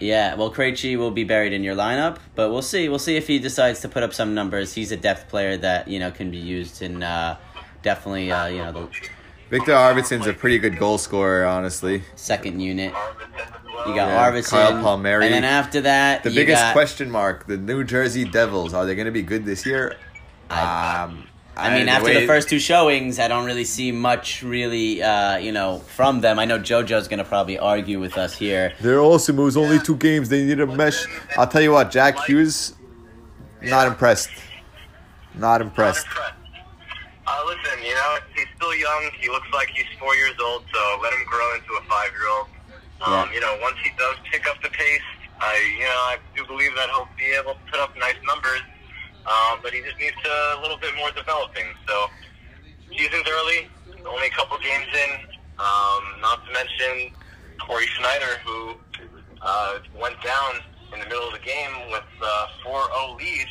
Speaker 4: Yeah, well, Krejci will be buried in your lineup, but we'll see. We'll see if he decides to put up some numbers. He's a depth player that you know can be used in uh, definitely uh, you know the
Speaker 1: Victor Arvidsson's a pretty good goal scorer, honestly.
Speaker 4: second unit. You got
Speaker 1: Yeah,
Speaker 4: Arvidsson,
Speaker 1: Kyle Palmieri.
Speaker 4: and then after that,
Speaker 1: The
Speaker 4: you
Speaker 1: biggest
Speaker 4: got-
Speaker 1: question mark: the New Jersey Devils. Are they gonna be good this year? um,
Speaker 4: I mean, after the
Speaker 1: way-
Speaker 4: first two showings, I don't really see much, really, uh, you know, from them. I know JoJo's going to probably argue with us here.
Speaker 1: They're awesome. It was only two games. They need a mesh. I'll tell you what, Jack Hughes, not impressed. Not impressed.
Speaker 11: Uh, listen, you know, he's still young. He looks like he's four years old, so let him grow into a five-year-old. Um,
Speaker 1: Yeah.
Speaker 11: You know, once he does pick up the pace, I, you know, I do believe that he'll be able to put up nice numbers. Um, but he just needs to, a little bit more developing. So season's early, only a couple games in. Um, not to mention Corey Schneider, who uh, went down in the middle of the game with uh, 4-0 lead.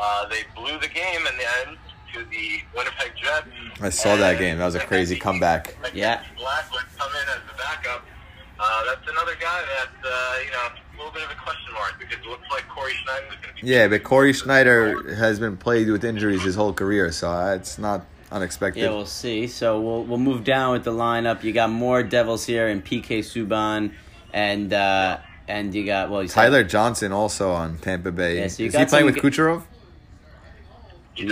Speaker 11: Uh, they blew the game in the end to the Winnipeg Jets.
Speaker 1: I saw that game. That was a crazy comeback.
Speaker 4: Yeah.
Speaker 11: Blackwood come in as the backup. Uh, that's another guy that, uh, you know, a little bit of a question mark because it looks like Corey Schneider is going to be
Speaker 1: Yeah, but Corey Schneider has been plagued with injuries his whole career, so uh, it's not unexpected.
Speaker 4: Yeah, we'll see. So we'll we'll move down with the lineup. You got more Devils here and PK Subban, and uh, and you got well, you said-
Speaker 1: Tyler Johnson also on Tampa Bay.
Speaker 4: Yeah, so you
Speaker 1: Is
Speaker 4: got
Speaker 1: he playing
Speaker 4: some
Speaker 1: with
Speaker 4: g-
Speaker 1: Kucherov?
Speaker 4: He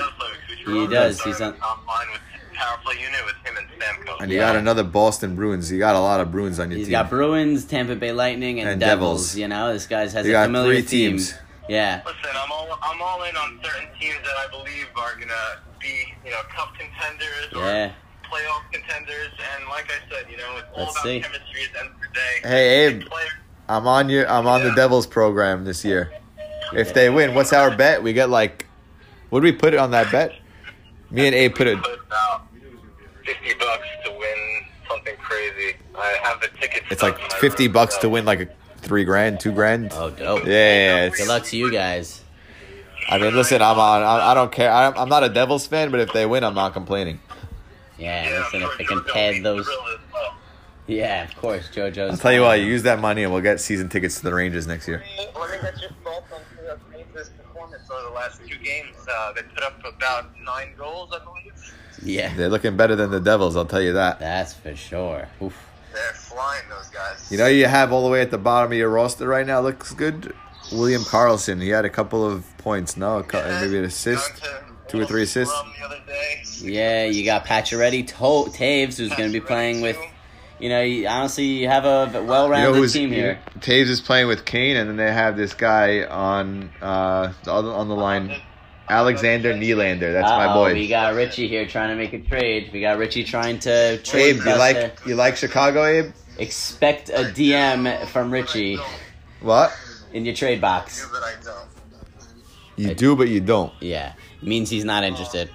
Speaker 4: does. He's on.
Speaker 11: top line with powerful unit with him and Stamkos.
Speaker 1: And you got another Boston Bruins. You got a lot of Bruins on your
Speaker 4: He's
Speaker 1: team.
Speaker 4: got Bruins, Tampa Bay Lightning, and,
Speaker 1: And
Speaker 4: Devils.
Speaker 1: Devils.
Speaker 4: You know, this guy's has
Speaker 1: You
Speaker 4: a
Speaker 1: got
Speaker 4: familiar
Speaker 1: three
Speaker 4: team.
Speaker 1: teams.
Speaker 4: Yeah,
Speaker 11: Listen, I'm all I'm all in on certain teams that I believe are gonna be, you know, cup contenders or
Speaker 4: yeah.
Speaker 11: playoff contenders. And like I said, you know, it's all
Speaker 4: Let's
Speaker 11: about
Speaker 4: see.
Speaker 11: chemistry at the end of the day.
Speaker 1: Hey Abe, I'm on your I'm on the Devils program this year. If they win, what's our bet? We get like what do we put it on that bet? Me and Abe put it
Speaker 11: Put out fifty bucks to win something crazy. I have the tickets.
Speaker 1: it's like 50 bucks to win like a 3 grand, 2 grand.
Speaker 4: Oh, dope.
Speaker 1: Yeah,
Speaker 4: Good
Speaker 1: it's,
Speaker 4: luck to you guys.
Speaker 1: I mean, listen, I'm on I, I don't care. I, I'm not a Devils fan, but if they win, I'm not complaining.
Speaker 4: Yeah, listen, if they can pad those. Yeah, of course, JoJo's.
Speaker 1: I'll tell you what, you use that money and we'll get season tickets to the Rangers next year.
Speaker 11: Let me get your thoughts on this performance over the last two games. Uh, they put up about nine goals, I believe.
Speaker 4: Yeah,
Speaker 1: They're looking better than the Devils, I'll tell you that.
Speaker 4: that's for sure. Oof.
Speaker 11: They're flying, those guys.
Speaker 1: You know, you have all the way at the bottom of your roster right now. Looks good. William Carlson, he had a couple of points. No, a cou- maybe an assist, two or three assists.
Speaker 4: Yeah, you got Pacioretty, to- Taves, who's going to be playing with. You know, you, honestly, you have a well-rounded team here.
Speaker 1: Taves is playing with Kane, and then they have this guy on uh the other- on the line, Alexander Nylander. That's my
Speaker 4: Uh-oh,
Speaker 1: boy.
Speaker 4: We got Richie here trying to make a trade. We got Richie trying to
Speaker 1: Abe,
Speaker 4: trade.
Speaker 1: you
Speaker 4: us
Speaker 1: like
Speaker 4: there.
Speaker 1: you like Chicago, Abe?
Speaker 4: Expect a DM from Richie
Speaker 1: What?
Speaker 4: in your trade box.
Speaker 1: You do, but you don't.
Speaker 4: Yeah, means he's not interested.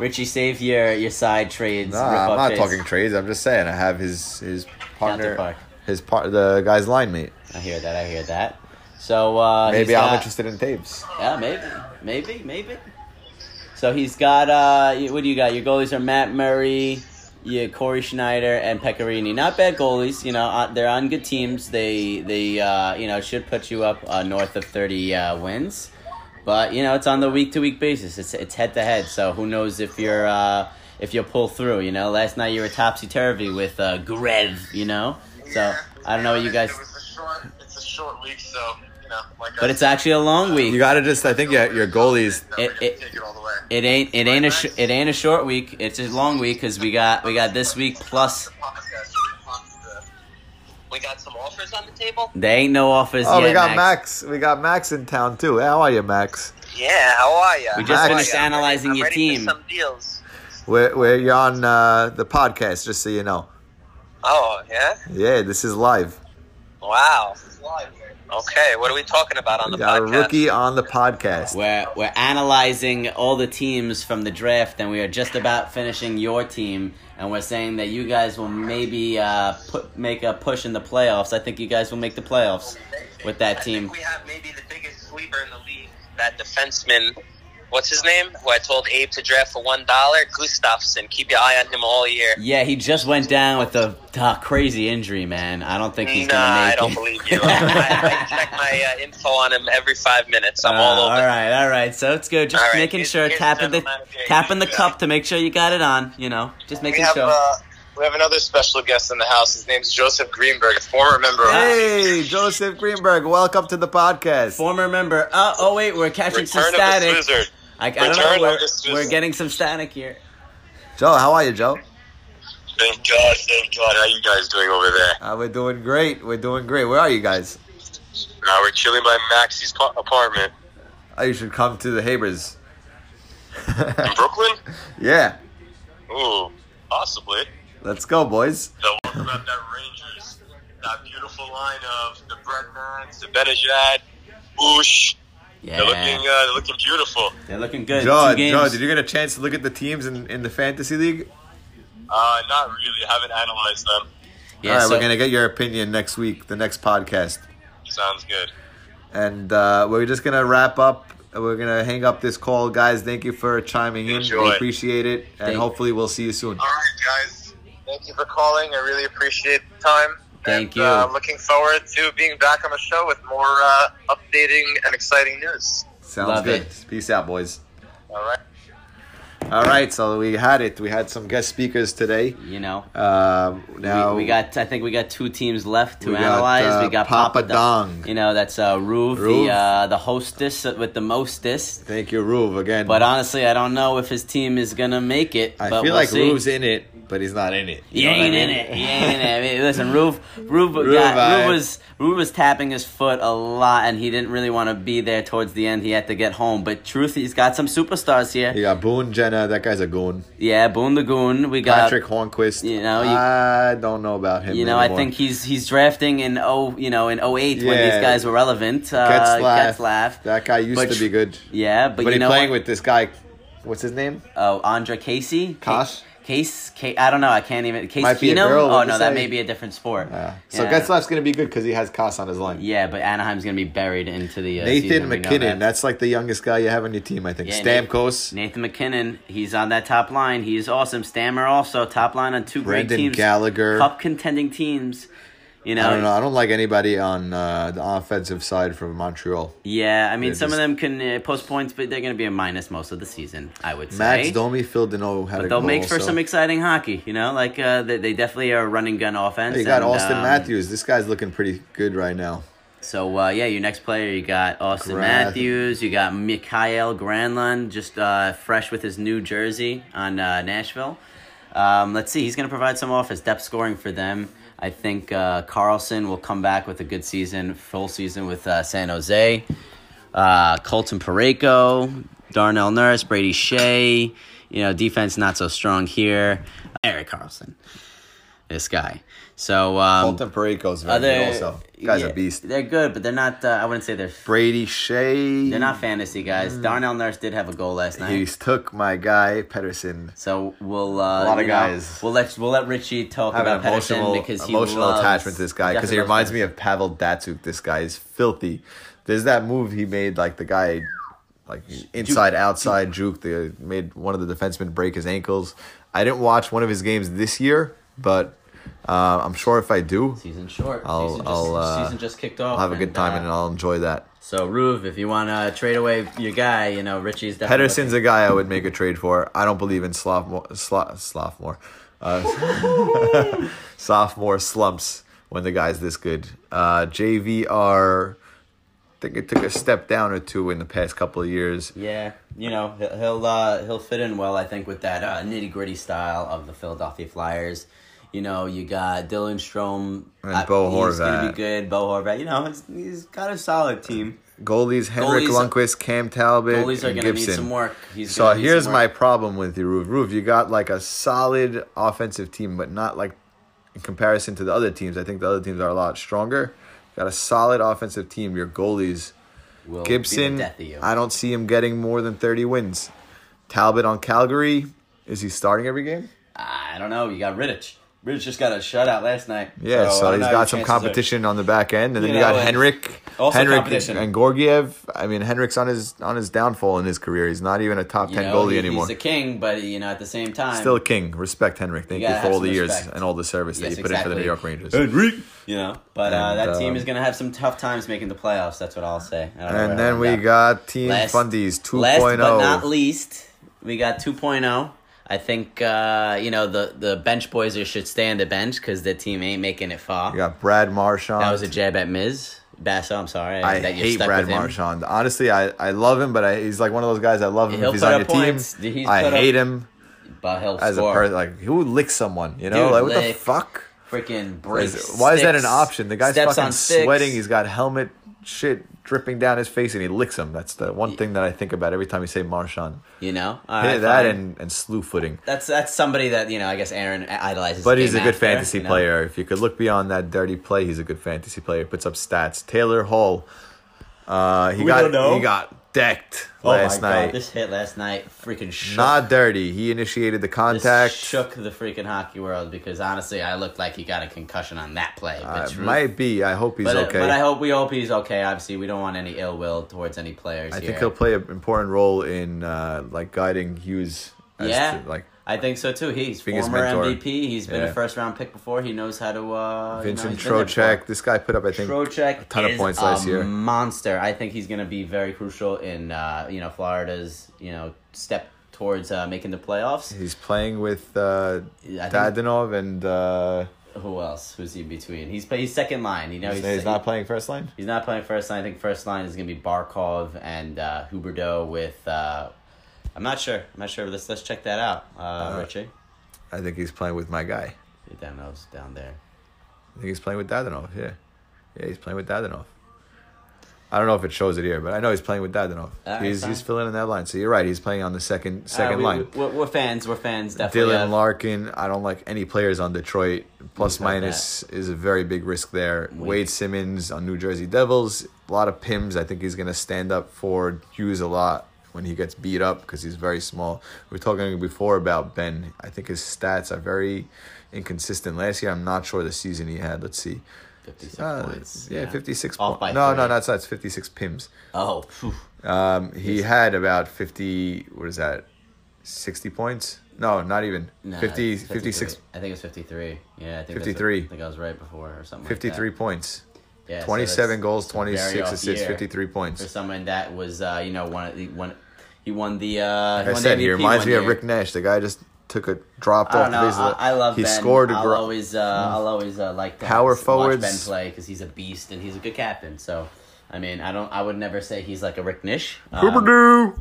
Speaker 4: Richie, save your your side trades.
Speaker 1: Nah,
Speaker 4: rip
Speaker 1: I'm
Speaker 4: up
Speaker 1: not
Speaker 4: trades.
Speaker 1: talking trades. I'm just saying I have his his partner,
Speaker 4: Counterpart.
Speaker 1: his part, the guy's line mate.
Speaker 4: I hear that. I hear that. So uh,
Speaker 1: Maybe
Speaker 4: he's
Speaker 1: I'm
Speaker 4: got-
Speaker 1: interested in Taves.
Speaker 4: Yeah, maybe, maybe, maybe. So he's got uh, you- what do you got? Your goalies are Matt Murray, yeah, Corey Schneider, and Pecorini. Not bad goalies. You know, uh, they're on good teams. They they uh, you know should put you up uh, north of thirty uh, wins. But you know, it's on the week to week basis. It's it's head to head. So who knows if you're uh, if you'll pull through? You know, last night you were topsy turvy with uh, Grev. You know, so I don't know what you guys.
Speaker 11: It's a short week, so you know, like
Speaker 4: But it's actually a long week.
Speaker 1: You gotta just. I think yeah, your goalies.
Speaker 4: It, it, it ain't it ain't a sh- it ain't a short week. It's a long week because we got we got this week plus
Speaker 12: We got some offers on the table.
Speaker 4: there ain't no offers
Speaker 1: Oh,
Speaker 4: yet.
Speaker 1: we got Max.
Speaker 4: Max.
Speaker 1: We got Max in town too. How are you, Max?
Speaker 12: Yeah, how are ya?
Speaker 4: We just
Speaker 12: How are
Speaker 4: finished
Speaker 12: ya? I'm ready-
Speaker 4: analyzing
Speaker 12: I'm
Speaker 4: your
Speaker 12: ready
Speaker 4: team.
Speaker 12: For some deals.
Speaker 1: We're we're you're on uh, the podcast, just so you know.
Speaker 12: Oh yeah.
Speaker 1: Yeah, this is live.
Speaker 12: Wow. Okay, what are we talking about on
Speaker 1: We
Speaker 12: the
Speaker 1: got a
Speaker 12: podcast?
Speaker 1: rookie on the podcast.
Speaker 4: We're we're analyzing all the teams from the draft, and we are just about finishing your team. And we're saying that you guys will maybe uh, put, make a push in the playoffs. I think you guys will make the playoffs with that team.
Speaker 12: We have maybe the biggest sleeper in the league. That defenseman, what's his name? Who I told Abe to draft for one dollar, Gustafsson. Keep your eye on him all year.
Speaker 4: Yeah, he just went down with a uh, crazy injury, man. I don't think he's
Speaker 12: nah,
Speaker 4: gonna make
Speaker 12: I
Speaker 4: it.
Speaker 12: don't believe you. I, I check my uh, info on him every five minutes. I'm all
Speaker 4: Uh,
Speaker 12: over.
Speaker 4: All right, all right. So it's good. Just
Speaker 12: All right,
Speaker 4: making
Speaker 12: here's-
Speaker 4: sure
Speaker 12: here's
Speaker 4: tapping the
Speaker 12: gentleman of the
Speaker 4: tapping the cup to make sure you got it on. You know, just making
Speaker 11: we have,
Speaker 4: sure.
Speaker 11: Uh, we have another special guest in the house. His name's Joseph Greenberg, a former member of
Speaker 1: Hey, Joseph Greenberg, welcome to the podcast.
Speaker 4: Former member. Uh, oh wait, we're catching some
Speaker 11: Return of the
Speaker 4: static.
Speaker 11: Slizzard.
Speaker 4: I, I don't
Speaker 11: Return
Speaker 4: know.
Speaker 11: of
Speaker 4: We're,
Speaker 11: the Swizzard.
Speaker 4: we're getting some static here.
Speaker 1: Joe, how are you, Joe?
Speaker 11: Thank God, thank God. How you guys doing over there?
Speaker 1: Uh, we're doing great. We're doing great. Where are you guys?
Speaker 11: Uh, we're chilling by Maxie's pa- apartment
Speaker 1: Oh, you should come to the Habers.
Speaker 11: in Brooklyn.
Speaker 1: Yeah,
Speaker 11: Ooh, possibly.
Speaker 1: let's go, boys.
Speaker 11: So what about that Rangers? That beautiful line of the Bretmans, the Benajad, Oosh. They're looking, uh, they're looking beautiful.
Speaker 4: They're looking
Speaker 1: Joe,
Speaker 4: good. Two games.
Speaker 1: Joe, did you get a chance to look at the teams in, in the fantasy league?
Speaker 11: Uh, not really. I haven't analyzed them.
Speaker 1: All right, we're gonna get your opinion next week, the next podcast,
Speaker 11: Sounds good.
Speaker 1: and uh, we're just gonna wrap up. We're gonna hang up this call, guys. Thank you for chiming in.
Speaker 11: Enjoy.
Speaker 1: We appreciate it, and
Speaker 4: Thank-
Speaker 1: hopefully we'll see you soon.
Speaker 11: All right, guys. Thank you for calling. I really appreciate the time.
Speaker 4: Thank
Speaker 11: And,
Speaker 4: you.
Speaker 11: Uh, looking forward to being back on the show with more uh, updating and exciting news.
Speaker 1: Sounds
Speaker 4: Love
Speaker 1: good. Peace out, boys.
Speaker 11: All right.
Speaker 1: All right, so we had it. We had some guest speakers today.
Speaker 4: you know,
Speaker 1: Um, now
Speaker 4: we, we got. I think we got two teams left to
Speaker 1: We got,
Speaker 4: analyze.
Speaker 1: uh,
Speaker 4: we got
Speaker 1: Papa Dong.
Speaker 4: You know, that's uh, Ruve,
Speaker 1: Ruve.
Speaker 4: the uh, the hostess with the mostest.
Speaker 1: Thank you, Ruve, again.
Speaker 4: But honestly, I don't know if his team is gonna make it.
Speaker 1: I feel
Speaker 4: but we'll
Speaker 1: like
Speaker 4: see.
Speaker 1: Ruve's in it, but he's not in it. You
Speaker 4: He
Speaker 1: know what I
Speaker 4: ain't in
Speaker 1: mean?
Speaker 4: it. He ain't in it. I mean, listen, Roof, Roof,
Speaker 1: Roof,
Speaker 4: got,
Speaker 1: I-
Speaker 4: Roof was Roof was tapping his foot a lot, and he didn't really want to be there towards the end. He had to get home. But truth, he's got some superstars here.
Speaker 1: You got Boone Jenna. That guy's a goon.
Speaker 4: Yeah, Boone the Goon. We got
Speaker 1: Patrick Hornquist.
Speaker 4: you know, you-
Speaker 1: I don't know about him.
Speaker 4: You know,
Speaker 1: anymore.
Speaker 4: I think he's he's drafting in oh, you know, in 08 when
Speaker 1: Yeah.
Speaker 4: these guys were relevant. Uh,
Speaker 1: Getzlaff.
Speaker 4: Getzlaff.
Speaker 1: that guy used
Speaker 4: but
Speaker 1: to
Speaker 4: tr-
Speaker 1: be good.
Speaker 4: Yeah, but,
Speaker 1: But,
Speaker 4: you
Speaker 1: he's
Speaker 4: know,
Speaker 1: playing
Speaker 4: what?
Speaker 1: with this guy. What's his name?
Speaker 4: oh, Andre Casey,
Speaker 1: Kosh?
Speaker 4: Case, Case, I don't know, I can't even. Case
Speaker 1: Might be a
Speaker 4: Keenum?
Speaker 1: girl,
Speaker 4: oh
Speaker 1: what'd
Speaker 4: no,
Speaker 1: you
Speaker 4: that
Speaker 1: say?
Speaker 4: may be a different sport.
Speaker 1: Yeah. So
Speaker 4: Yeah.
Speaker 1: Getzlaff's gonna be good because he has Koss on his line.
Speaker 4: Yeah, but Anaheim's gonna be buried into the uh,
Speaker 1: Nathan
Speaker 4: season, we know
Speaker 1: McKinnon.
Speaker 4: that.
Speaker 1: That's like the youngest guy you have on your team. I think
Speaker 4: Yeah, Nathan-
Speaker 1: Stamkos,
Speaker 4: Nathan McKinnon, he's on that top line. He is awesome. Stammer also top line on two great
Speaker 1: Brendan
Speaker 4: teams,
Speaker 1: Gallagher.
Speaker 4: cup contending teams. You know,
Speaker 1: I don't know. I don't like anybody on uh, the offensive side from Montreal.
Speaker 4: yeah. I mean,
Speaker 1: They're
Speaker 4: some
Speaker 1: just-
Speaker 4: of them can uh, post points, but they're gonna be a minus most of the season. I would say.
Speaker 1: Max Domi, Phil Deneau had a
Speaker 4: But they'll
Speaker 1: goal,
Speaker 4: make for
Speaker 1: so-
Speaker 4: some exciting hockey, you know. Like uh, they, they definitely are a running gun offense.
Speaker 1: You got
Speaker 4: and,
Speaker 1: Austin
Speaker 4: um,
Speaker 1: Matthews. This guy's looking pretty good right now.
Speaker 4: So uh, yeah, your next player, you got Austin
Speaker 1: Gran-
Speaker 4: Matthews. You got Mikhail Granlund, just uh, fresh with his new jersey on uh, Nashville. Um, let's see, he's going to provide some offense, depth scoring for them. I think uh, Carlson will come back with a good season, full season with uh, San Jose. Uh, Colton Pareko, Darnell Nurse, Brady Shea. You know, defense not so strong here. Eric Carlson, this guy. So um,
Speaker 1: Colton Perico's very
Speaker 4: are they-
Speaker 1: good also. Guy's
Speaker 4: yeah,
Speaker 1: a beast.
Speaker 4: They're good, but they're not. Uh, I wouldn't say they're.
Speaker 1: Brady Shea.
Speaker 4: They're not fantasy guys. Darnell Nurse did have a goal last night,
Speaker 1: Mm. He's took my guy Pedersen.
Speaker 4: so we'll.
Speaker 1: A
Speaker 4: Uh,
Speaker 1: lot of
Speaker 4: you know,
Speaker 1: guys.
Speaker 4: we'll let we'll let Richie talk
Speaker 1: I have
Speaker 4: about
Speaker 1: an
Speaker 4: Pedersen
Speaker 1: emotional
Speaker 4: because he
Speaker 1: emotional
Speaker 4: loves-
Speaker 1: attachment to this guy because he
Speaker 4: definitely
Speaker 1: reminds
Speaker 4: loves
Speaker 1: me of Pavel Datsuk. This guy is filthy. There's that move he made, like the guy like inside outside juke. The made one of the defensemen break his ankles. I didn't watch one of his games this year, but uh, I'm sure if I do,
Speaker 4: season short,
Speaker 1: I'll
Speaker 4: Season just-
Speaker 1: I'll uh,
Speaker 4: season just kicked off
Speaker 1: I'll have a good
Speaker 4: and,
Speaker 1: time
Speaker 4: uh,
Speaker 1: and I'll enjoy that.
Speaker 4: So, Ruve, if you want to trade away your guy, you know, Richie's definitely.
Speaker 1: Pedersen's a guy I would make a trade for. I don't believe in sophomore, sophomore, uh, sophomore slumps when the guy's this good. Uh, JVR, I think it took a step down or two in the past couple of years.
Speaker 4: Yeah, you know he'll he'll, uh, he'll fit in well, I think, with that uh, nitty gritty style of the Philadelphia Flyers. You know, you got Dylan Strom
Speaker 1: And
Speaker 4: I-
Speaker 1: Bo
Speaker 4: He's gonna
Speaker 1: Horvat.
Speaker 4: be good. Bo Horvat, you know, it's, he's got a solid team.
Speaker 1: Goalies Henrik
Speaker 4: Goalies-
Speaker 1: Lundqvist, Cam Talbot,
Speaker 4: goalies are
Speaker 1: and
Speaker 4: gonna need
Speaker 1: Uh, Gibson.
Speaker 4: some work. He's
Speaker 1: so
Speaker 4: gonna need
Speaker 1: here's
Speaker 4: some
Speaker 1: my problem with you, Roof. Roof, you got like a solid offensive team, but not like in comparison to the other teams. I think the other teams are a lot stronger. Got a solid offensive team. Your goalies,
Speaker 4: Will be the
Speaker 1: Gibson.
Speaker 4: death of you.
Speaker 1: I don't see him getting more than thirty wins. Talbot on Calgary. Is he starting every game?
Speaker 4: I don't know. You got Riddich. Riddich just got a shutout last night.
Speaker 1: Yeah, so,
Speaker 4: I don't
Speaker 1: he's
Speaker 4: know
Speaker 1: got
Speaker 4: his
Speaker 1: some
Speaker 4: chances are-
Speaker 1: competition on the back end, and
Speaker 4: You
Speaker 1: then you
Speaker 4: know,
Speaker 1: got
Speaker 4: and
Speaker 1: Henrik,
Speaker 4: also
Speaker 1: Henrik
Speaker 4: competition.
Speaker 1: and Gorgiev. I mean, Henrik's on his on his downfall in his career. He's not even a top
Speaker 4: you
Speaker 1: ten
Speaker 4: know,
Speaker 1: goalie
Speaker 4: he-
Speaker 1: anymore.
Speaker 4: He's a king, but you know, at the same time,
Speaker 1: Still a king. Respect Henrik. Thank
Speaker 4: You
Speaker 1: you,
Speaker 4: gotta
Speaker 1: for
Speaker 4: have
Speaker 1: all
Speaker 4: some
Speaker 1: the years
Speaker 4: respect.
Speaker 1: and all the service that
Speaker 4: Yes,
Speaker 1: you put in for the New York
Speaker 4: exactly.
Speaker 1: Rangers.
Speaker 4: Henrik! You know, but uh,
Speaker 1: And,
Speaker 4: that team
Speaker 1: um,
Speaker 4: is going to have some tough times making the playoffs. That's what I'll say. I don't know
Speaker 1: And
Speaker 4: where
Speaker 1: then
Speaker 4: I'm
Speaker 1: we
Speaker 4: at.
Speaker 1: got Team
Speaker 4: Last-
Speaker 1: Fundies oh. 2.0.
Speaker 4: Last but not least, we got 2.0. I think uh, you know the the bench boys are- should stay on the bench because the team ain't making it far.
Speaker 1: we got Brad Marchand.
Speaker 4: That was a jab at Miz Basso. I'm sorry.
Speaker 1: I
Speaker 4: that you're
Speaker 1: hate
Speaker 4: stuck
Speaker 1: Brad
Speaker 4: with him.
Speaker 1: Marchand. Honestly, I, I love him, but I, he's like one of those guys. I love him
Speaker 4: He'll
Speaker 1: if he's
Speaker 4: put
Speaker 1: on your
Speaker 4: up points.
Speaker 1: team.
Speaker 4: He's
Speaker 1: I
Speaker 4: put up-
Speaker 1: hate him
Speaker 4: But he'll
Speaker 1: as
Speaker 4: score.
Speaker 1: a person. Like who licks someone? You know,
Speaker 4: Dude,
Speaker 1: like what
Speaker 4: lick,
Speaker 1: the fuck?
Speaker 4: Freaking breaks.
Speaker 1: Is- why is that an
Speaker 4: sticks,
Speaker 1: option? The guy's
Speaker 4: steps
Speaker 1: fucking
Speaker 4: on sticks.
Speaker 1: sweating. He's got helmet shit dripping down his face, and he licks him. That's the one thing that I think about every time you say Marchand.
Speaker 4: You know, All
Speaker 1: Hey,
Speaker 4: right,
Speaker 1: that
Speaker 4: fine.
Speaker 1: and and slew footing.
Speaker 4: That's that's somebody that you know. I guess Aaron idolizes.
Speaker 1: But
Speaker 4: the
Speaker 1: he's a
Speaker 4: game
Speaker 1: good
Speaker 4: after,
Speaker 1: fantasy
Speaker 4: you know?
Speaker 1: player. If you could look beyond that dirty play, he's a good fantasy player. Puts up stats. Taylor Hall, uh, he
Speaker 4: We
Speaker 1: got
Speaker 4: don't know.
Speaker 1: he got decked
Speaker 4: Oh
Speaker 1: last
Speaker 4: my God,
Speaker 1: night.
Speaker 4: this hit last night freaking shook,
Speaker 1: Not dirty. He initiated the contact.
Speaker 4: shook the freaking hockey world because honestly, I looked like he got a concussion on that play.
Speaker 1: Uh,
Speaker 4: But truth-
Speaker 1: might be. I hope he's
Speaker 4: but, uh,
Speaker 1: okay.
Speaker 4: But I
Speaker 1: I,
Speaker 4: hope we hope he's okay. Obviously, we don't want any ill will towards any players.
Speaker 1: think
Speaker 4: here.
Speaker 1: he'll play an important role in uh, like guiding Hughes. As
Speaker 4: Yeah.
Speaker 1: to, like
Speaker 4: I think so too. He's
Speaker 1: Being his
Speaker 4: former
Speaker 1: mentor.
Speaker 4: MVP. He's been
Speaker 1: Yeah.
Speaker 4: a first round pick before. He knows how to. Uh,
Speaker 1: Vincent
Speaker 4: you know, he's been there
Speaker 1: Trocheck. This guy put up I think
Speaker 4: before. Trocheck
Speaker 1: a ton of
Speaker 4: is
Speaker 1: points
Speaker 4: a
Speaker 1: last year.
Speaker 4: Monster. I think he's going to be very crucial in uh, you know Florida's you know step towards uh, making the playoffs.
Speaker 1: He's playing with uh,
Speaker 4: I think-
Speaker 1: Dadonov and uh,
Speaker 4: Who else? Who's he in between? He's he's second line. You know
Speaker 1: he's, he's not playing first line.
Speaker 4: He's not playing first line. I think first line is going to be Barkov and uh, Huberdeau with. Uh, I'm not sure. I'm not sure. Let's let's check that out, uh,
Speaker 1: Uh,
Speaker 4: Richie.
Speaker 1: I think he's playing with my guy.
Speaker 4: Down those down there.
Speaker 1: I think he's playing with Dadanov. Yeah, yeah, he's playing with Dadanov. I don't know if it shows it here, but I know he's playing with Dadanov.
Speaker 4: All right,
Speaker 1: he's
Speaker 4: fine.
Speaker 1: he's filling in that line. So you're right. He's playing on the second second
Speaker 4: Uh, we-
Speaker 1: line.
Speaker 4: we- We're, we're fans. We're fans. Definitely.
Speaker 1: Dylan
Speaker 4: of-
Speaker 1: Larkin. I don't like any players on Detroit. Plus
Speaker 4: He's not
Speaker 1: minus is a very big risk there. Wade Simmons on New Jersey Devils. A lot of pims. I think he's gonna stand up for Hughes a lot when he gets beat up because he's very small. We were talking before about Ben. I think his stats are very inconsistent. Last year, I'm not sure the season he had. Let's see.
Speaker 4: 56
Speaker 1: points. Uh, Yeah,
Speaker 4: yeah.
Speaker 1: 56
Speaker 4: Off by
Speaker 1: points. No, no,
Speaker 4: three.
Speaker 1: that's not. It's 56 pims.
Speaker 4: Oh, phew.
Speaker 1: Um, he had about 50, what is that, 60 points? No, not even.
Speaker 4: Nah,
Speaker 1: fifty,
Speaker 4: it's 53.
Speaker 1: fifty six,
Speaker 4: I think it was 53. Yeah, I think that's what-
Speaker 1: 53.
Speaker 4: I think I was right before or something. like that.
Speaker 1: 53 points.
Speaker 4: Yeah, so
Speaker 1: 27
Speaker 4: that's-
Speaker 1: goals,
Speaker 4: it's a very
Speaker 1: 26
Speaker 4: off
Speaker 1: assists,
Speaker 4: year
Speaker 1: 53 points.
Speaker 4: For someone that was, uh, you know, one of the one, he won the. Uh,
Speaker 1: Like
Speaker 4: he
Speaker 1: I
Speaker 4: won
Speaker 1: said,
Speaker 4: the
Speaker 1: he
Speaker 4: MVP
Speaker 1: reminds
Speaker 4: one
Speaker 1: me of
Speaker 4: year.
Speaker 1: Rick Nash. The guy just took a dropped
Speaker 4: I
Speaker 1: off
Speaker 4: don't
Speaker 1: the
Speaker 4: know.
Speaker 1: face of
Speaker 4: I,
Speaker 1: the-
Speaker 4: I love.
Speaker 1: He
Speaker 4: ben.
Speaker 1: scored a
Speaker 4: I'll
Speaker 1: gro-
Speaker 4: always, uh, I'll always uh, like to
Speaker 1: Power
Speaker 4: watch
Speaker 1: forwards.
Speaker 4: Ben play because he's a beast and he's a good captain. So, I mean, I don't. I would never say he's like a Rick Nish. Um,
Speaker 1: Hooberdoo!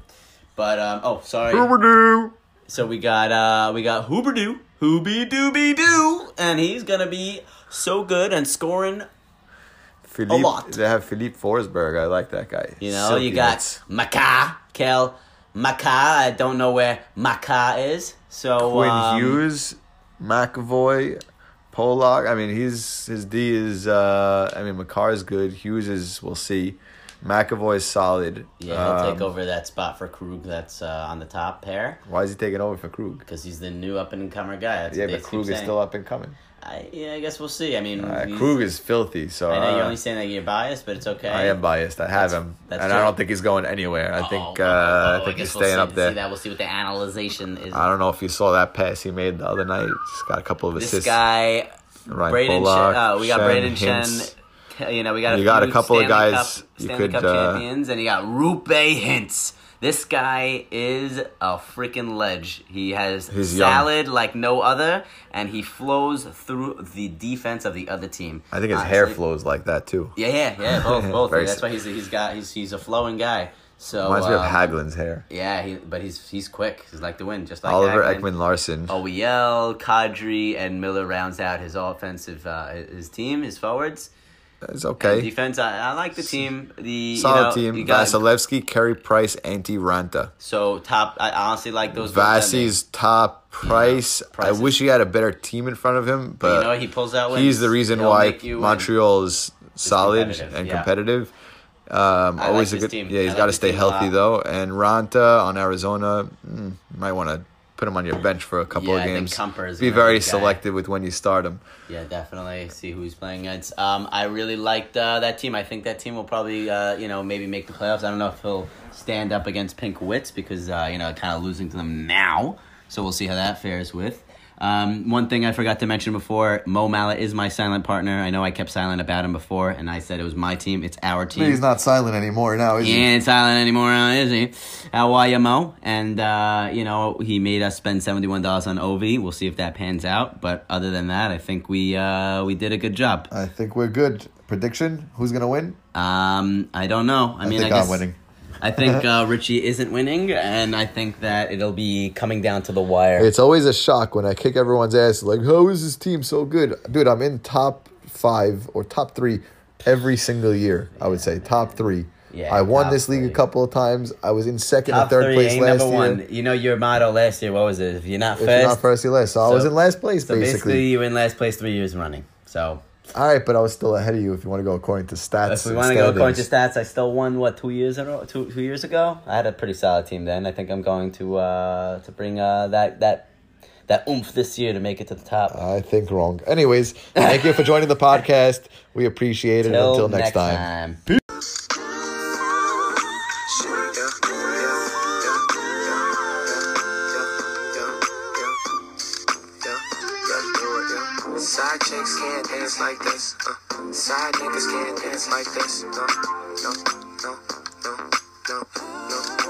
Speaker 4: but um, oh, sorry.
Speaker 1: Hooberdoo!
Speaker 4: So we got uh we got Hooberdoo, Hooby Dooby Doo, and he's gonna be so good and scoring.
Speaker 1: Philippe,
Speaker 4: lot.
Speaker 1: They have Philippe Forsberg. I like that guy.
Speaker 4: You know,
Speaker 1: Silky
Speaker 4: you got
Speaker 1: hits.
Speaker 4: Maka, Kel, Maka. I don't know where Maka is. So
Speaker 1: Quinn
Speaker 4: um,
Speaker 1: Hughes, McAvoy, Pollock. I mean, he's his D is. Uh, I mean, Makar is good. Hughes is. We'll see. McAvoy's solid.
Speaker 4: Yeah, he'll
Speaker 1: Um,
Speaker 4: take over that spot for Krug that's uh, on the top pair.
Speaker 1: Why is he taking over for Krug?
Speaker 4: Because he's the new up and comer guy. That's
Speaker 1: yeah,
Speaker 4: what they
Speaker 1: but
Speaker 4: keep
Speaker 1: Krug is
Speaker 4: saying.
Speaker 1: still up and coming.
Speaker 4: I, yeah, I guess we'll see. I mean,
Speaker 1: Uh,
Speaker 4: he's-
Speaker 1: Krug is filthy, so
Speaker 4: I know you're
Speaker 1: uh,
Speaker 4: only saying that you're biased, but it's okay.
Speaker 1: I am biased. I have him,
Speaker 4: that's
Speaker 1: and I
Speaker 4: true.
Speaker 1: don't think he's going anywhere. I
Speaker 4: Oh,
Speaker 1: think uh, I think he's
Speaker 4: guess
Speaker 1: staying
Speaker 4: we'll see,
Speaker 1: up there. Uh,
Speaker 4: See that. We'll see what the analyzation is.
Speaker 1: I don't know if you saw that pass he made the other night. He's got a couple of
Speaker 4: This
Speaker 1: assists.
Speaker 4: guy,
Speaker 1: Ryan
Speaker 4: Braden
Speaker 1: Pollock,
Speaker 4: Shen. Oh, we got
Speaker 1: Shen,
Speaker 4: Braden
Speaker 1: Hintz.
Speaker 4: Shen. You know, we got a,
Speaker 1: You got a
Speaker 4: few
Speaker 1: couple of
Speaker 4: Stanley
Speaker 1: guys
Speaker 4: Cup,
Speaker 1: you
Speaker 4: Stanley
Speaker 1: could,
Speaker 4: Cup
Speaker 1: uh,
Speaker 4: champions, and you got Rupe Hints. This guy is a freaking ledge. He has
Speaker 1: He's young.
Speaker 4: salad like no other, and he flows through the defense of the other team. Uh,
Speaker 1: I think his hair
Speaker 4: Honestly.
Speaker 1: flows like that too.
Speaker 4: Yeah, yeah, yeah. Both, both.
Speaker 1: Very
Speaker 4: That's why he's he's got he's he's a flowing guy. So
Speaker 1: Reminds me of
Speaker 4: uh,
Speaker 1: Haglund's hair.
Speaker 4: Yeah, he, but he's he's quick. He's like the wind, just like Oh,
Speaker 1: Oliver
Speaker 4: Hagelin.
Speaker 1: Ekman Larson.
Speaker 4: OEL, Kadri, and Miller rounds out his offensive uh, his team, his forwards.
Speaker 1: It's okay.
Speaker 4: And defense, I, I like the team. The
Speaker 1: Solid
Speaker 4: you know, You
Speaker 1: team.
Speaker 4: got,
Speaker 1: Vasilevsky, Carey Price, Antti Ranta.
Speaker 4: so top. I honestly like those. ones that they-
Speaker 1: Vasi's top price. I wish he had a better team in front of him,
Speaker 4: But
Speaker 1: but
Speaker 4: you know he pulls out wins.
Speaker 1: uh, he's the reason
Speaker 4: He'll
Speaker 1: why
Speaker 4: make you win.
Speaker 1: Montreal is solid
Speaker 4: competitive,
Speaker 1: and
Speaker 4: yeah.
Speaker 1: competitive. Um,
Speaker 4: I
Speaker 1: always
Speaker 4: like
Speaker 1: a
Speaker 4: this
Speaker 1: good
Speaker 4: team.
Speaker 1: Yeah,
Speaker 4: I
Speaker 1: he's
Speaker 4: like
Speaker 1: got to
Speaker 4: this
Speaker 1: stay
Speaker 4: team a lot.
Speaker 1: healthy though. And Ranta on Arizona, mm, you might want to put him on your bench for a couple
Speaker 4: Yeah,
Speaker 1: of
Speaker 4: I think
Speaker 1: games.
Speaker 4: Kuemper is
Speaker 1: Be
Speaker 4: another
Speaker 1: very
Speaker 4: guy.
Speaker 1: selective with when you start him.
Speaker 4: Yeah, definitely. See who he's playing against. Um, I really liked uh, that team. I think that team will probably, uh, you know, maybe make the playoffs. I don't know if he'll stand up against Pink Wits because, uh, you know, kind of losing to them now. So we'll see how that fares with. Um, one thing I forgot to mention before Mo Mallet is my silent partner. I know I kept silent about him before, and I said it was my team. It's our team.
Speaker 1: not silent anymore now,
Speaker 4: He ain't silent anymore, is he? How are you, Mo? And, uh, you know, he made us spend $71 on OV. We'll see if that pans out. But other than that, I think we uh, we did a good job.
Speaker 1: I think we're good. Prediction: Who's gonna win?
Speaker 4: Um, I don't know. I,
Speaker 1: I
Speaker 4: mean,
Speaker 1: think
Speaker 4: I
Speaker 1: I'm
Speaker 4: guess,
Speaker 1: winning.
Speaker 4: I think uh, Richie isn't winning, and I think that it'll be coming down to the wire.
Speaker 1: It's always a shock when I kick everyone's ass. Like, how is this team so good, dude? I'm in top five or top three every single year. I would say top three.
Speaker 4: Yeah,
Speaker 1: I won
Speaker 4: top
Speaker 1: this league a couple of times. I was in second
Speaker 4: Top
Speaker 1: or third
Speaker 4: three
Speaker 1: place
Speaker 4: ain't
Speaker 1: last
Speaker 4: number
Speaker 1: year.
Speaker 4: one. You know your motto last year. What was it? If you're not
Speaker 1: If you're
Speaker 4: first,
Speaker 1: not first, you're last. So, I was
Speaker 4: So-
Speaker 1: in last place
Speaker 4: so
Speaker 1: basically.
Speaker 4: basically you were in last place three years running. So
Speaker 1: All right, but I was still ahead of you if you want to go according to stats.
Speaker 4: if we
Speaker 1: and
Speaker 4: want to go according to
Speaker 1: standings.
Speaker 4: stats, I still won what two years ago? Two, two years ago, I had a pretty solid team then. I think I'm going to uh, to bring uh, that that that oomph this year to make it to the top.
Speaker 1: I think wrong. Anyways, thank you for joining the podcast. We appreciate it.
Speaker 4: Till
Speaker 1: Until next,
Speaker 4: next
Speaker 1: time.
Speaker 4: time.
Speaker 13: Side chicks can't dance like this. Uh, side niggas can't dance like this. No, no, no, no, no, no. no.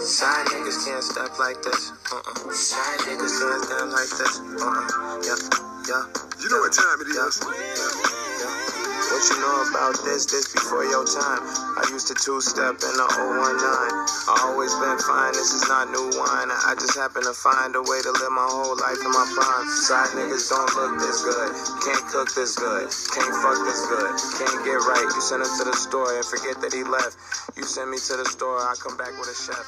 Speaker 13: Side niggas can't step like this. Uh-uh. Side niggas can't step like this. Uh-uh. Yeah, yeah. You know what time it is. What you know about this? This before your time. I used to two-step in the 019. I always been fine. This is not new wine. I just happen to find a way to live my whole life in my prime. Side niggas don't look this good. Can't cook this good. Can't fuck this good. Can't get right. You send him to the store and forget that he left. You send me to the store. I come back with a chef.